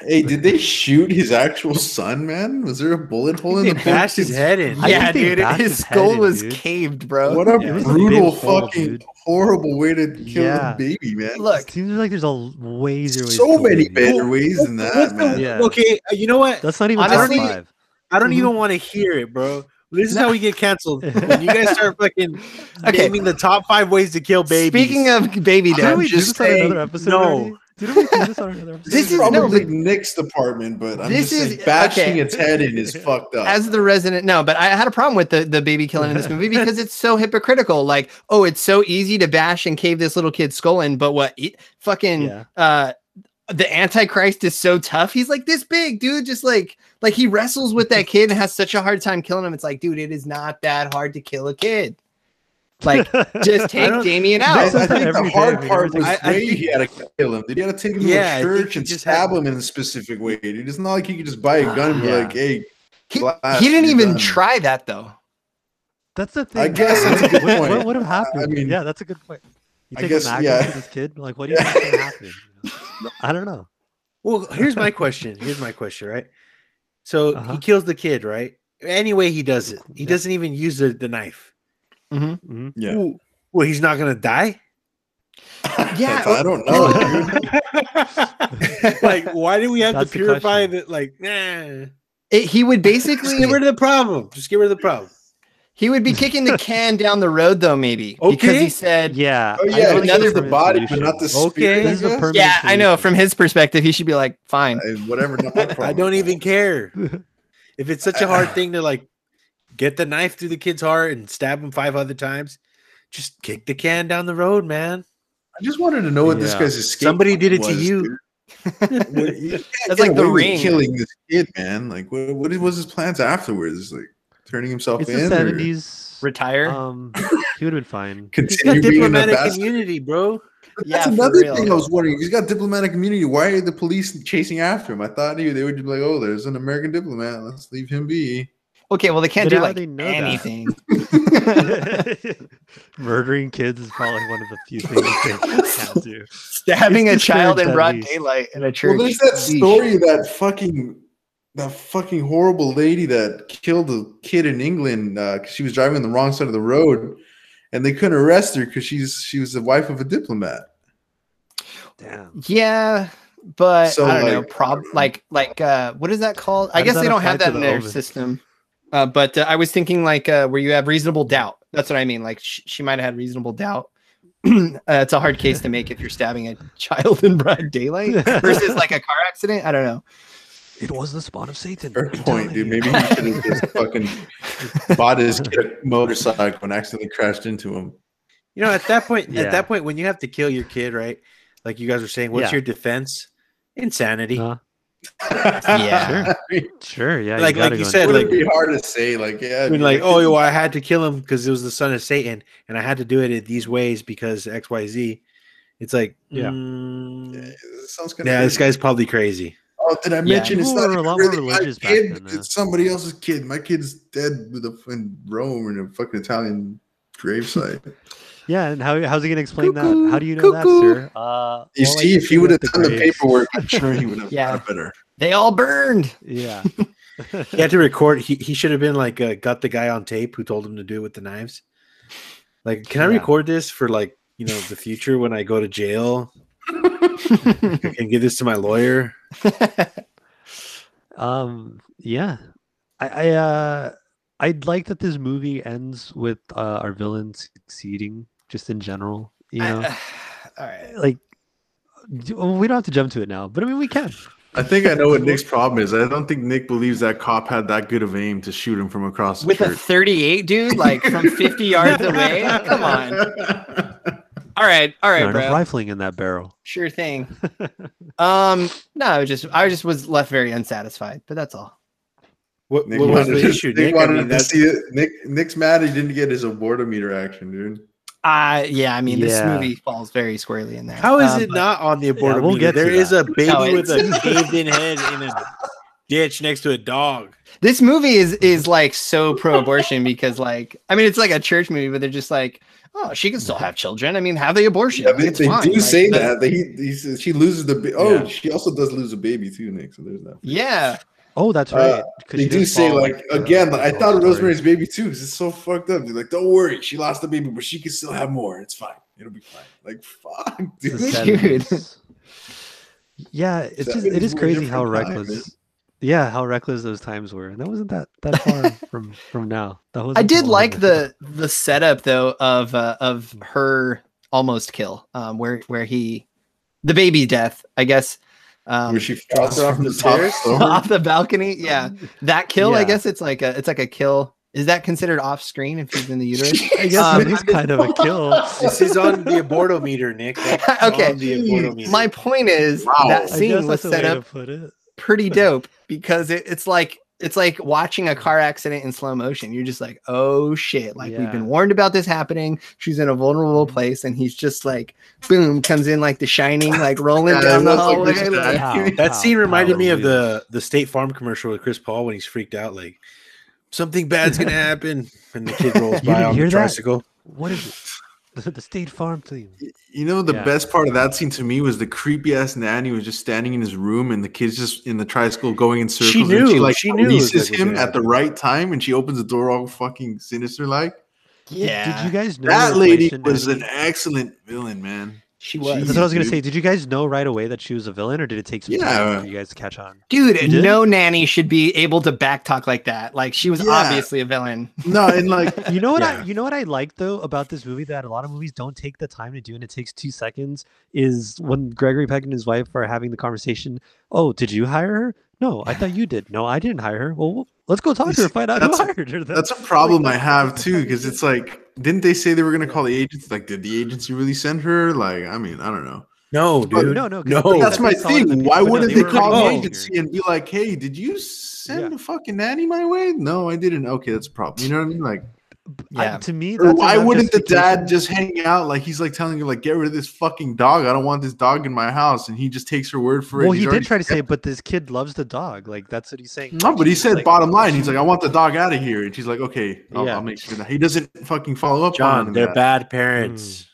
Hey, did they shoot his actual son, man? Was there a bullet hole in
He
the
bashed his head in.
I
Yeah,
think they
dude,
bashed
his
his head
skull
in,
was
dude.
caved, bro.
What a
Yeah, it was a big
brutal,
hole,
fucking,
dude.
horrible way to kill
Yeah.
the baby, man.
Look,
It seems like there's a l- ways or ways
so
to
many
leave.
better ways than that, man.
Yeah.
Okay, uh, you know what?
That's not even
Honestly-
top five.
I don't even want to hear it, bro. This is
No.
how we get canceled. When you guys start fucking
Okay.
naming the top five ways to kill babies.
Speaking of baby
How do
Did
death,
we do
just
this on
saying
another episode?
no.
already? Didn't we do this on another
This
episode?
This,
is-
is
no,
probably
but-
Nick's department, but I'm
This
just saying,
is-
bashing
okay.
its head in is fucked up.
as the resident, no, but I had a problem with the, the baby killing in this movie because it's so hypocritical. Like, oh, it's so easy to bash and cave this little kid's skull in, but what? It, fucking
Yeah.
uh the antichrist is so tough he's like this big dude just like like he wrestles with that kid and has such a hard time killing him it's like dude it is not that hard to kill a kid like just
I
take
don't-
damien
I, I
out
That's-
think the
every
hard
day, man.
part was
I-
I,
I think-
he had to kill him. Did he had to take him
Yeah, I
to a
think
church
he
and
just
stab
had-
him in a specific way, dude? It's not like he could just buy a gun and be
Yeah.
like, hey,
he,
blast,
he didn't
you're
even
done.
try that though
That's the thing.
I guess that's a good
what,
point.
What would have happened?
mean,
yeah, that's a good point. You
I
take
guess-
a magnet
yeah.
to this kid, like, what do you think think happened? I don't know.
well, here's my question. Here's my question, right? So
Uh-huh.
he kills the kid, right? Anyway, he does it. He
Yeah.
doesn't even use the, the knife.
Mm-hmm.
Mhm.
Yeah.
Well, well, he's not gonna die.
yeah
that's- I don't
oh,
know, dude. Oh,
like, why do we have
That's
to
the
purify
question.
the like? Nah.
it- he would
Just
basically
get rid of the problem. Just get rid of the problem.
he would be kicking the can down the road though maybe because
Okay.
he said
Yeah.
Oh,
I
yeah,
don't
he
think it's
does
a
the body, but
solution.
not the
Okay.
spirit.
This is a
I guess?
permanent
yeah i know
solution.
from his perspective he should be like fine
Uh, Whatever. not my
I
problem.
don't even care. if it's such a hard thing to like get the knife through the kid's heart and stab him five other times, just kick the can down the road, man.
I just wanted to know what this
Yeah.
guy's escape.
Somebody did it to
was,
you.
dude. What- you can't
That's
get
like The
away with
Ring.
killing this kid, man. Like, what, what was his plans afterwards? Like, turning himself
Oh, It's the
in? or
70s.
retire
Um, he would have been fine.
He's got
Continue being an
diplomatic
ambassador.
immunity, bro.
But
Yeah,
That's
for
another
real.
thing I was wondering. He's got diplomatic immunity. Why are the police chasing after him? I thought he, they would be like, "Oh, there's an American diplomat. Let's leave him be."
okay well they can't do
But how
like
do they know that?
anything
Murdering kids is probably one of the few things they can't do.
stabbing a
It's disturbed
child in
at
broad
least.
daylight in a church.
Well, there's that
Yeesh.
story of that fucking that fucking horrible lady that killed a kid in England because she was driving on the wrong side of the road, and they couldn't arrest her because she's she was the wife of a diplomat.
Damn.
Yeah, but
So,
I don't know.
like,
Prob like like uh, what is that called? I
How
guess
does
they
that
don't have
apply
that
to
in
the
their
Omen?
system. Uh, but uh, I was thinking like uh, where you have reasonable doubt. That's what I mean. Like sh- she might have had reasonable doubt. uh, it's a hard case to make if you're stabbing a child in broad daylight versus like a car accident. I don't know.
It was the spawn of Satan.
Fair
I'm
point,
telling
dude.
you.
Maybe he should have just fucking bought his kid a motorcycle and accidentally crashed into him.
You know, at that point,
Yeah.
at that point, when you have to kill your kid, right? Like you guys were saying, what's
Yeah.
your defense? Insanity.
Uh,
Yeah.
Sure, yeah.
Like- like
gotta
you
go in-
said,
It
like-
would be hard to say, like, yeah.
I mean,
dude,
like,
I
oh,
didn't-
well, I had to kill him because it was the son of Satan, and I had to do it in these ways because X, Y, Z. It's like,
Yeah.
mm,
Yeah, it sounds kind
yeah,
of
this guy's probably crazy.
Oh, did I mention it's not
people were a
even
lot more
really my
religious back
kid?
then,
it's
though.
somebody else's kid. My kid's dead with a, in Rome in a fucking Italian gravesite.
Yeah, and how, how's he gonna explain that? How do you know that, sir?
You
Uh, all I
see,
can
if he
do
would have
with
done the
graves-
paperwork, I'm sure he would have
Yeah.
done better.
They all burned.
Yeah.
He had to record. He, he should have been like, uh, got the guy on tape who told him to do it with the knives. Like, can I
Yeah.
record this for like, you know, the future when I go to jail? I can give this to my lawyer.
Um. Yeah. I. I uh, I'd like that this movie ends with uh, our villain succeeding, just in general. You know,
uh, all right.
like d- well, we don't have to jump to it now, but I mean we can.
I think I know what Nick's problem is. I don't think Nick believes that cop had that good of aim to shoot him from across the
With a
church.
38, dude, like from 50 yards away. Come on. All right. All right,
Not enough
bro.
rifling in that barrel.
Sure thing. Um, no, I was just I just was left very unsatisfied, but that's all.
What,
Nick
what was
wanted,
the issue?
Nick
Nick, I
wanted
mean,
to
that's,
see it. Nick, Nick's mad he didn't get his abortometer action, dude.
Uh yeah, I mean this
Yeah.
movie falls very squarely in there.
how is
Um,
it not on the
Yeah,
aborted?
we'll get to
There is
that.
a baby
No,
with a caved-in head in a ditch next to a dog.
This movie is is like so pro-abortion because like I mean it's like a church movie, but they're just like, oh, she can still have children. I mean, have the abortion.
Yeah,
Like,
they,
it's
they
fine.
do
Like,
say
that's-
that. They, he, he says she loses the. Ba- oh,
Yeah.
she also does lose a baby too, Nick. So there's that.
Yeah,
Oh, that's
Uh,
right.
They
'cause she
do
didn't
say
follow,
like
the-
again.
the
I
overall
thought of
story.
Rosemary's Baby too. 'cause it's so fucked up. They're like, don't worry, she lost the baby, but she can still have more. It's fine. It'll be fine. Like fuck,
It's a
dude.
sad-
seven.
Dude.
Yeah, it's just
Seven
it
is
is
a
crazy how
different time, man.
reckless. Yeah, how reckless those times were, and that wasn't that that far from from now. That was
I did
Oh,
like the the setup though of uh, of her almost kill, um, where where he, the baby death, I guess, um,
Where she drops her off the
stairs?
top.
off the balcony. Yeah, that kill. I
Yeah.
guess it's like a it's like a kill. Is that considered off screen if he's in the uterus?
I guess
um,
it is kind of a kill.
This is on the abortometer, Nick. That's
Okay.
on the abortometer.
My point is
Wow. I
that
guess
I guess
scene was
that's a way
set
to
up
put it.
pretty dope because it, it's like it's like watching a car accident in slow motion. You're just like, oh shit! Like we've
Yeah. Mm-hmm.
been warned about this happening. She's in a vulnerable place, and he's just like, boom, comes in like the shining, like rolling
Yeah,
down
it
the
looks like
hallway.
this
like-
guy.
Pow,
that
pow,
scene reminded
pow,
me of
wheel.
the the State Farm commercial with Chris Paul when he's freaked out, like something bad's gonna happen, and the kid rolls
You
by
didn't
on
hear
the
that?
tricycle.
What is it? The, the State Farm theme.
You know, the
Yeah.
best part of that scene to me was the creepy ass nanny was just standing in his room and the kid's just in the tricycle going in circles. And
knew,
she like
she
she
knew it was like
him
that.
at the right time and she opens the door all fucking sinister like.
yeah,
Did you guys know
That
her
lady
relation was-
was an excellent villain, man.
she was,
That's what I was gonna
dude.
say. Did you guys know right away that she was a villain, or did it take some
Yeah.
time for you guys to catch on?
dude.
You did?
No nanny should be able to backtalk like that. Like she was
Yeah.
obviously a villain.
No, and like
You know what I
Yeah.
you know what I like though about this movie that a lot of movies don't take the time to do and it takes two seconds is when Gregory Peck and his wife are having the conversation. Oh, did you hire her? No, I thought you did. No, I didn't hire her. Well, w- let's go talk to her, find out who
That's-
hired her. then."
that's a problem I have too, because it's like, didn't they say they were gonna call the agency? Like, did the agency really send her? Like, I mean, I don't know.
No,
Oh,
dude,
no, no, 'cause
no.
they-
That's
they
my
saw it in the
thing.
video,
Why
but no,
wouldn't
they
they,
were
call the
hiring her.
agency and be like, "Hey, did you send
Yeah.
a fucking nanny my way?" No, I didn't. Okay, that's a problem. You know what I mean? Like,
I-
Yeah.
to me,
or
that's
why
enough
wouldn't the
justification.
dad just hang out? Like, he's like telling her, "Like, get rid of this fucking dog. I don't want this dog in my house," and he just takes her word for it.
Well,
He's
he did
already-
try to say, but this kid loves the dog. Like that's what he's saying.
No, but he
She's
said,
like- "Hmm."
bottom line, he's like, "Oh, I want the dog out of here. And she's like, okay, I'll,
Yeah.
I'll make sure that he doesn't fucking follow up on
John,
him
they're
Hmm.
that.
bad parents.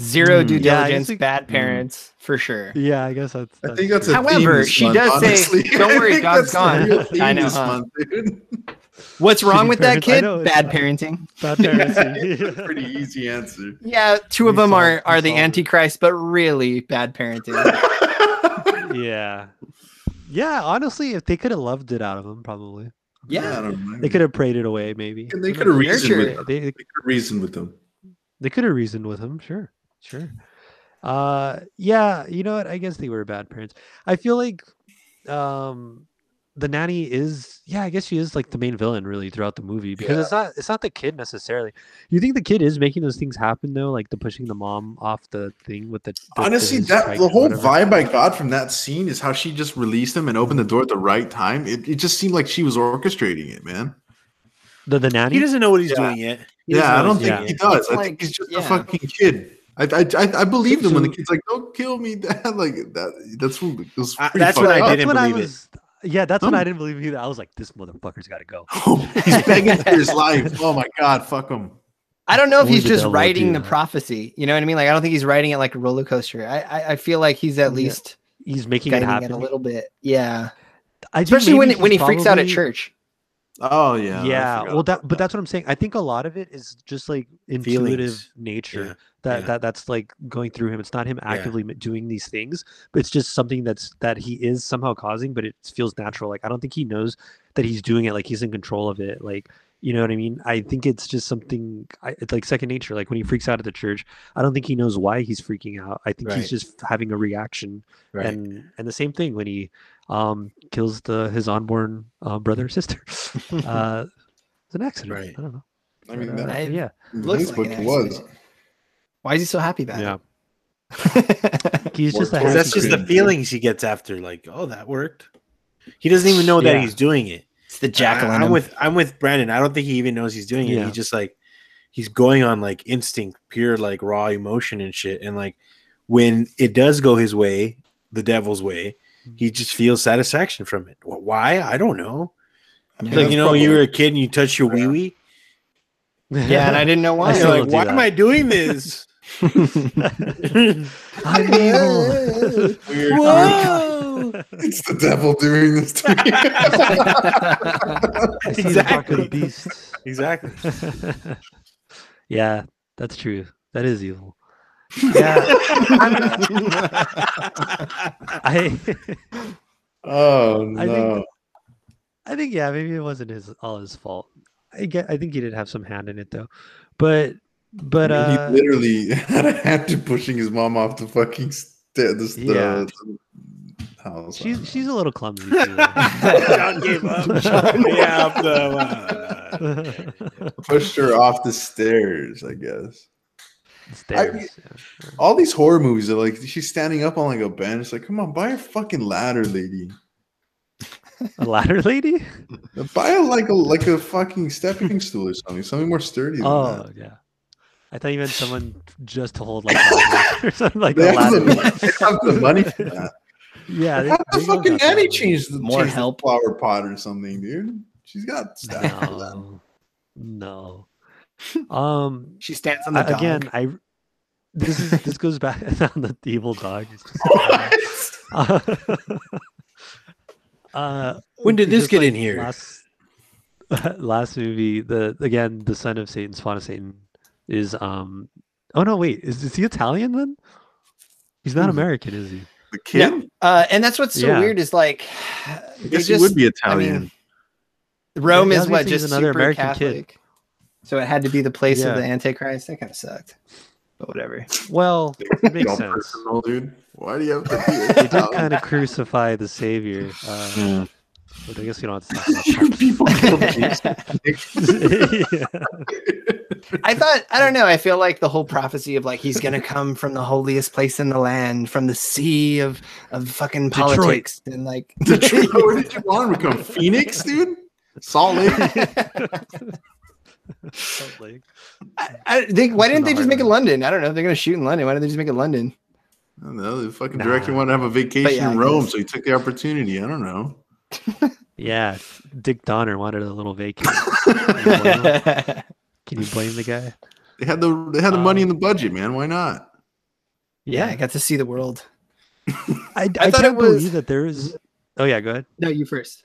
Zero
Mm.
due
Yeah, I hmm. guess
diligence,
we-
bad parents for sure.
Yeah, I guess that's.
I think that's a
true.
theme
However,
this
she
month,
does say,
honestly.
"Don't
I
worry,
think
dog's
that's the
gone."
real theme
I know,
this
huh?
month, dude.
What's wrong
Shitty
with that
parents. I
kid?
know, it's
Bad
fine.
parenting.
Bad
It's a
parenting.
pretty easy answer.
Yeah, two of
We
them
solved-
are
we
are the
solved it.
antichrist, but really bad parenting.
yeah. Yeah, honestly, if they could have loved it out of him, probably
yeah,
I don't know.
they
Hmm.
could have prayed it away. Maybe
And they
Who
could have
knows?
reasoned
Nurture
with
it.
them.
They, they,
They could reason with them.
they could have reasoned with him. Sure, sure. Uh, yeah, you know what? I guess they were bad parents. I feel like, um, the nanny is yeah i guess she is like the main villain really throughout the movie because it's not it's not the kid necessarily you think the kid is making those things happen though like the pushing the mom off the thing with the, the- the-
Honestly,
his
that
strike
the
or
whole
whatever?
vibe I got from that scene is how she just released him and opened the door at the right time. It, it just seemed like she was orchestrating it, man.
the, the nanny
He doesn't know what he's
Yeah.
doing yet. He doesn't
yeah, I
know
don't
what
think
he's
doing
he
doing
does.
It's
I
like-
think he's just
yeah.
a fucking kid. I I, I, I believed him when the
So-
kid's like, "Don't kill me, Dad!" Like that. That's what. It was
I-
pretty
that's what
fucked
I
up.
did. didn't believe it. Hmm.
was, yeah that's when
Oh.
i didn't believe either i was like this motherfucker's got to go
He's begging for his life. Oh my god, fuck him.
I don't know if
Only
he's
the
just
devil would
writing
do
the
that.
prophecy. You know what I mean? Like I don't think he's writing it like a roller coaster. I I, I feel like he's at
Yeah.
least
he's making it
guiding it
happen
a little bit. Yeah,
I think
especially when
maybe
when he
he's
freaks out at
probably-
church.
Oh yeah.
yeah,
I forgot
well
about
that but that's what i'm saying i think a lot of it is just like
Feelings.
intuitive nature
Yeah,
that
yeah.
that that's like going through him it's not him actively m doing these things but it's just something that's that he is somehow causing but it feels natural like i don't think he knows that he's doing it like he's in control of it like you know what i mean i think it's just something I, it's like second nature like when he freaks out at the church i don't think he knows why he's freaking out i think
Right.
he's just having a reaction
Right.
and and the same thing when he um kills the his unborn uh, brother and sister uh it's an accident
Right.
i don't know
I mean,
But, uh,
that
I-
yeah
Looks
looks
like
book
an
was.
accident. Why is he so happy about
yeah
it?
he's
Or
just a
towards
happy
that's just the
kid.
feelings he gets after. Like, oh, that worked. He doesn't even know that
Yeah.
he's doing it.
it's the
I,
jackal in
I'm
him.
with I'm with Brandon. I don't think he even knows he's doing it.
Yeah.
He's just like he's going on like instinct, pure like raw emotion and shit. And like when it does go his way, the devil's way, he just feels satisfaction from it. Wh- Why? I don't know.
Yeah,
Like
that's
you know, when you
probably-
were a kid and you touched your wee wee.
yeah, and I didn't know
I
why.
still
You're like,
don't do
why
that.
am I doing this?
I'm evil.
Weird.
It's the devil doing this to me.
I see the mark of the
Exactly.
beast.
Exactly.
yeah, that's true. That is evil. Yeah, I,
oh
I
no!
think I think yeah, maybe it wasn't his all his fault. I get, I think he did have some hand in it though, but but uh,
he literally had a hand to pushing his mom off the fucking stair. The, the,
Yeah.
the house. I don't
she's
know.
she's a little clumsy. Too.
John gave up. John gave up the-
pushed her off the stairs. I guess
Stairs.
all these horror movies are like she's standing up on like a bench. Like, come on, buy a fucking ladder, lady.
a ladder lady.
Buy a, like a like a fucking stepping stool or something. Something more sturdy. Than
Oh
that.
yeah, I thought you meant someone just to hold like ladders or something like
They
a
have, the,
ladder.
money- they have the money for that.
Yeah, they-
How the
they all
fucking
got that
nanny
one.
changed the,
More
changed the
help.
flower pot or something, dude? She's got staff for that.
No, no. Um,
she stands on
I-
the dog.
again, I this is this goes back on the evil dog. It's just- uh, uh,
When did this
just
get
like
in here?
Last, last movie, the again, the son of Satan, spawn of Satan, is um. Oh no, wait, is, is he Italian then? He's not
Hmm.
American, is he?
The kid.
Uh, and that's what's so
Yeah.
weird is like
I
they
guess
just-
he would be
I
Italian.
mean, Rome
Yeah, I
is
was
what
gonna say he's
just
another
super
American kid.
Catholic. So it had to be the place
Yeah.
of the Antichrist. That kind of sucked, but whatever.
Well, it makes
Y'all
sense.
personal, dude. Why do you have to
They
be
did
Italian?
kind of crucify the Savior,
Hmm.
uh, but I guess we don't have to talk about
You people kill Jesus.
yeah.
I thought I don't know. I feel like the whole prophecy of like he's gonna come from the holiest place in the land, from the sea of of fucking
Detroit.
politics, and like
Detroit, Where did you want to become? Phoenix, dude? Salt Lake?
Salt Lake.
I, I think why
That's
didn't they
another
just make it
one.
London? I don't know. They're gonna shoot in London. Why didn't they just make it London?
I don't know. The fucking
Nah.
director wanted to have a vacation
yeah, I
in Rome,
guess.
so he took the opportunity. I don't know.
Yeah, Dick Donner wanted a little vacation. Oh. Can you blame the guy?
They had the they had the money in
Um,
the budget, man. Why not?
yeah, I got to see the world.
I, I,
thought it
can't
was-
believe that there is. Oh yeah, go ahead.
No, you first.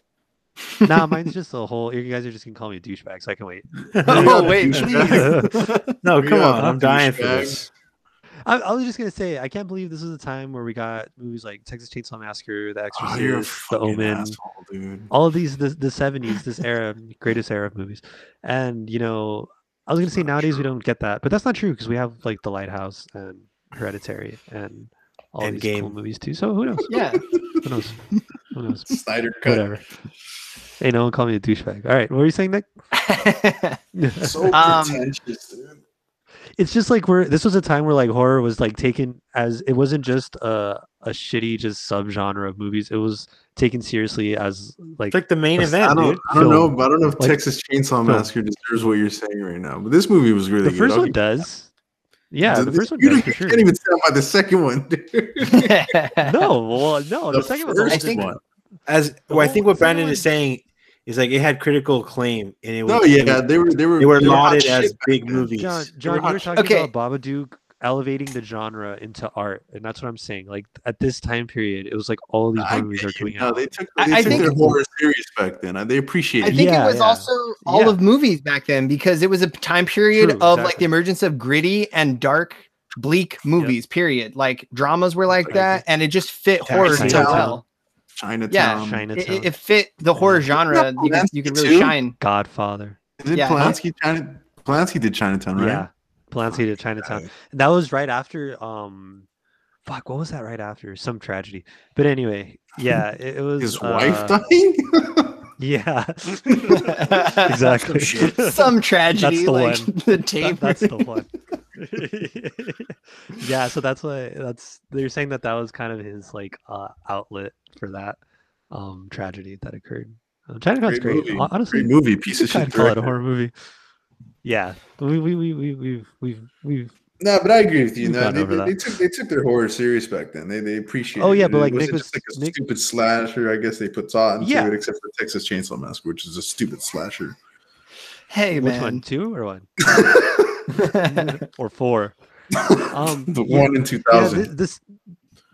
Nah, mine's just a whole. You guys are just gonna call me a douchebag, so I can wait.
Oh wait, please.
I,
No, come
Yeah,
on. I'm dying for
douchebag.
this.
I was just gonna say I can't believe this is a time where we got movies like Texas Chainsaw Massacre, The
Oh, you're a
Exorcist, The
fucking
Omen,
asshole, dude.
all of these the the seventies, this era, greatest era of movies, and you know, I was gonna say nowadays we don't get that, but that's not true because we have like The Lighthouse and Hereditary and all these cool
Endgame.
movies too. So who knows?
yeah.
Who knows? Who knows?
Snyder cut.
Whatever. Hey, no one call me a douchebag. All right, what were you saying, Nick?
So
Um,
pretentious, dude.
it's just like we're this was a time where like horror was like taken as it wasn't just a a shitty just subgenre of movies. It was taken seriously as like
It's like the main
That's-
event,
I don't,
dude.
I don't know.
Film.
I don't know if
Like,
Texas Chainsaw
film.
Massacre deserves what you're saying right now, but this movie was really
the
good.
first
I'll
one
give-
does. Yeah, the
this-
first one
you
does
don't-
for
you
sure.
can't even tell by the second one, dude.
No, well, no, Oh, the,
The
second
first
was
I think-
one.
As
The
well, I
whole-
think what
the second
Brandon
one-
is saying is like it had critical acclaim and it was
No, yeah, they were they were
they were
hot
lauded
shit
as
back
big
then.
movies.
John,
were
John, you
hot
were
shit.
talking
Okay.
about Babadook elevating the genre into art, and that's what I'm saying. Like at this time period, it was like all these horror
I
movies
get
are coming
you. No,
out.
they took,
I-
they
I
took
think-
their horror serious back then. I- They
I
appreciated
think
Yeah,
it was
yeah.
also all
Yeah.
of movies back then because it was a time period
True,
of like
exactly.
the emergence of gritty and dark, bleak movies. Period. Like dramas were like
Exactly.
that, and it just fit
Taxi
horror so
Chinatown.
well.
Chinatown.
Yeah,
It-
Chinatown,
It, it fit the horror genre. You could, you could really
Too?
shine.
Godfather.
Is it
Yeah.
Polanski? China, Polanski did Chinatown, right?
Yeah, Polanski to Chinatown. And that was right after. Um, fuck, what was that right after? Some tragedy. But anyway, yeah, it, it was
His
uh,
wife dying.
Yeah, exactly.
Some tragedy,
the
like
one.
the
That-
tape.
that's the one. yeah, so that's why that's they're saying that that was kind of his like uh, outlet for that um tragedy that occurred. Um, Chinatown's
Great
great.
movie.
Hon- Honestly,
Great movie, piece
you
of
kind
shit.
of call it a
director.
horror movie. Yeah, we we we we we've we've we've
No, but I agree with you.
We've
No,
gone
they,
over
they, they
that.
took they took their horror serious back then. They they appreciated.
Oh, yeah,
it.
but,
It
like,
wasn't
Nick
just,
was-
like a
Nick-
stupid slasher. I guess they put thought into
Yeah.
it, except for Texas Chainsaw Massacre, which is a stupid slasher.
hey
which one
man,
two or one
I
or four? Um,
the
yeah.
one in two
yeah,
thousand.
thi- this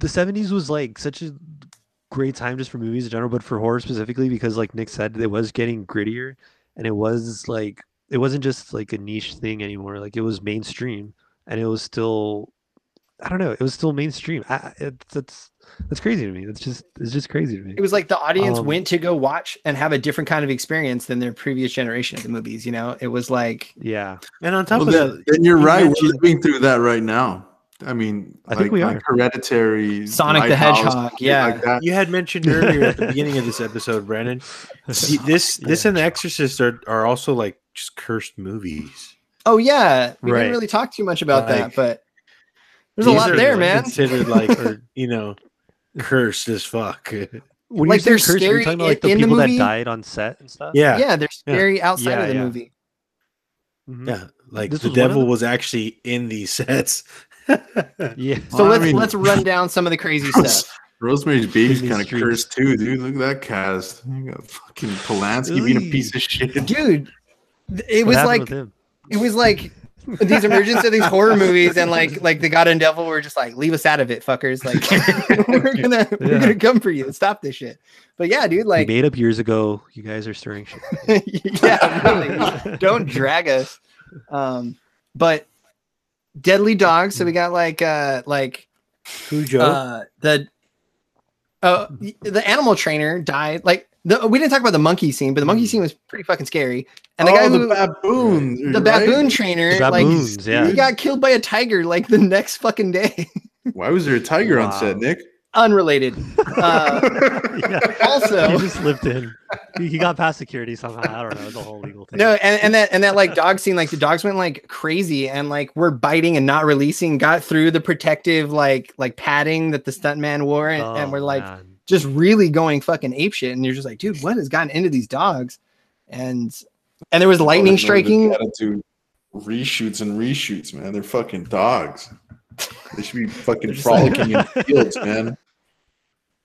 the seventies was like such a great time just for movies in general, but for horror specifically because, like Nick said, it was getting grittier, and it was like it wasn't just like a niche thing anymore. Like it was mainstream, and it was still, I don't know, it was still mainstream. I, I- it's that's that's crazy to me. That's just it's just crazy to me.
it was like the audience
Um,
went to go watch and have a different kind of experience than their previous generation of the movies. You know, it was like
yeah,
and on top
Well,
of
then,
that,
then you're
you
right. We're
mentioned-
living through that right now. I mean,
I
like,
think we
like
are.
Hereditary,
Sonic the
Lighthouse,
Hedgehog,
shit
yeah.
like that.
you had mentioned earlier at the beginning of this episode, Brandon. y- This this and The Exorcist are, are also like just cursed movies.
Oh yeah, we
Right.
didn't really talk too much about
Like,
that, but there's a
These
lot
are,
there,
like,
man.
Considered like or, you know cursed as fuck.
when
like,
you say
they're
cursed, are you
scary
talking about like the
in the
people that
movie.
died on set and stuff.
yeah,
Yeah, yeah.
they're scary outside
Yeah,
of the
yeah.
movie.
Mm-hmm.
Mhm.
Like
This
the
was one of
devil
them?
was actually in these sets.
yeah.
So
Well, I
let's
mean-
let's run down some of the crazy stuff.
Rosemary's Baby's
Disney
kind of
streets.
cursed too, dude. Look at that cast. You got fucking Polanski being a piece of shit.
Dude, th- it
What
was
happened
like
with him?
it was like these emergence of these horror movies and like like the God and Devil were just like leave us out of it, fuckers. Like we're gonna
Yeah.
we're gonna come for you. Stop this shit. But yeah, dude,
We
like
made up years ago. You guys are stirring shit.
yeah, really. Don't drag us. Um, but Deadly Dogs. So we got like uh like
Who Joe?
uh the uh the animal trainer died. Like the we didn't talk about the monkey scene, but the monkey scene was pretty fucking scary. And the
Hmm. oh,
guy
the
who
baboon, dude,
the
right?
baboon trainer,
Baboons,
like
yeah.
he got killed by a tiger like the next fucking day.
Why was there a tiger on set,
Wow.
Nick?
Unrelated. Uh,
yeah. He
also,
just lived in. He, he got past security somehow. I don't know the whole legal thing.
No, and, and that and that like dog scene, like the dogs went like crazy and like were biting and not releasing, got through the protective like like padding that the stuntman wore, and, and
Oh,
we're like
man.
just really going fucking apeshit. And you're just like, dude, what has gotten into these dogs? And and there was lightning striking.
Oh, Attitude. Reshoots and reshoots, man. They're fucking dogs. They should be fucking
just like-
frolicking in fields, man.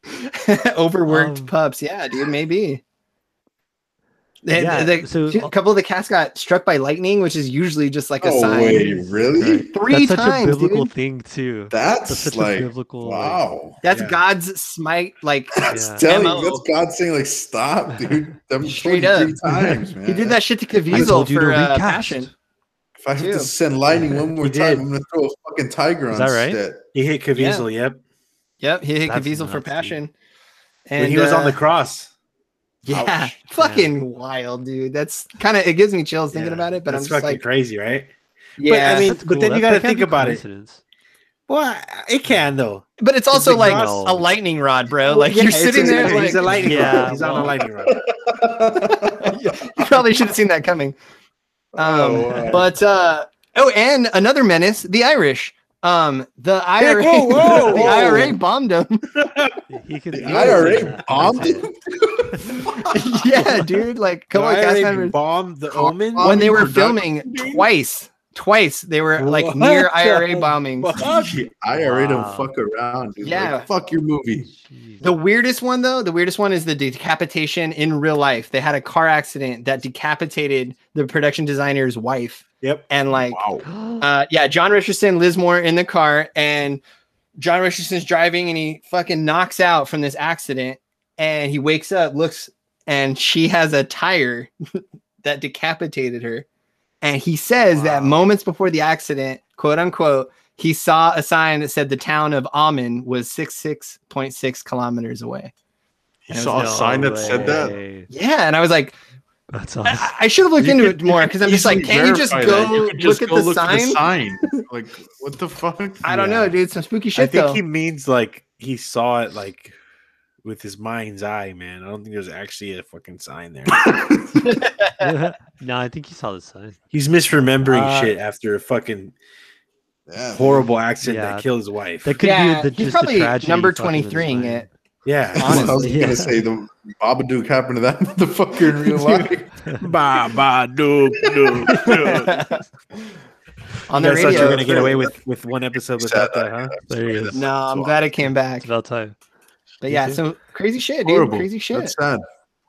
overworked
Um,
pups. Yeah, dude, maybe. They-
Yeah,
they-
so-
two- a couple of the cats got struck by lightning, which is usually just like a
Oh
sign.
wait, really?
Right.
Three
That's such
times,
a biblical
dude.
thing too.
That's,
That's such a
like
biblical. like-
wow.
That's
Yeah.
God's smite, like
That's
Yeah.
telling
MO.
you, that's God saying like stop, dude. I'm
Straight
Straight up. three
up.
times, man.
He did that shit to
I
Caviezel
told you to
for uh,
recast.
passion.
If I have
too.
to send lightning one more
He
time,
did.
I'm gonna throw a fucking tiger on
Is that right?
set.
he hit Caviezel. Yep,
Yep, he hit
That's
Caviezel for
nuts, dude.
passion. And
when he was on the
uh,
cross.
yeah,
Ouch.
fucking wild, dude. That's kind of it gives me chills thinking
Yeah,
about it, but I'm
that's
just
fucking
like,
crazy, right?
yeah,
I mean, but then you gotta
that- that can't
think
be
about it.
coincidence.
Well, it can though.
But it's also
It's
like
exhaust.
a lightning rod, bro.
Well,
Like
yeah,
you're
it's
sitting
a-
there.
He's a
like-
lightning
Yeah,
rod. He's on a
well.
lightning rod.
you probably should have seen that coming. Um,
Oh, wow.
But uh, oh, and another menace, the Irish. Um, the IRA,
whoa, whoa,
the
whoa.
IRA bombed them.
He could.
The
he could
IRA
do that.
bombed it?
yeah, dude. Like
The
Kublai Khan
IRA
members-
bombed the Omen.
when they were
Production-
filming twice, twice they were like near
What
IRA
the
bombings.
Fuck.
I already
Wow.
don't fuck around. Dude.
Yeah.
Like, fuck your movie.
Jeez.
The weirdest one, though, the weirdest one is the decapitation in real life. They had a car accident that decapitated the production designer's wife.
Yep.
And like,
Wow.
uh, yeah, John Richardson, Liz Moore in the car, and John Richardson's driving, and he fucking knocks out from this accident, and he wakes up, looks, and she has a tire that decapitated her, and he says that
Wow.
moments before the accident, quote unquote, he saw a sign that said the town of Amman was six six point six kilometers away.
He
There's
saw a
no
sign that said that.
way.
Yeah, and I was like,
That's
I-
awesome.
I, I should have looked
You
into
could-
it more because I'm just like,
Easily
can you just
verify
go
that. You could just
look at
go
the sign?
sign? like, what the fuck?
I don't
Yeah.
know, dude. Some spooky
I
shit
think
though.
he means like he saw it like with his mind's eye, man. I don't think there's actually a fucking sign there.
no, I think he saw the sign.
He's misremembering
Uh,
shit after a fucking
Yeah.
horrible accident
Yeah.
that killed his wife.
That could
Yeah,
be the,
he's
just the
probably
tragedy
number
fucking with his
23ing
mind.
it.
yeah.
I was
Honestly,
yeah.
gonna say the Babadook happened to that motherfucker in real life.
ba ba doop doop. doop.
on
You
the
guys thought you were
radio.
gonna get away with with one episode without that, huh?
There he is.
no, I'm glad it came back.
It's about time.
But
Me
yeah,
too.
so crazy shit, dude.
Horrible.
Crazy shit.
That's sad.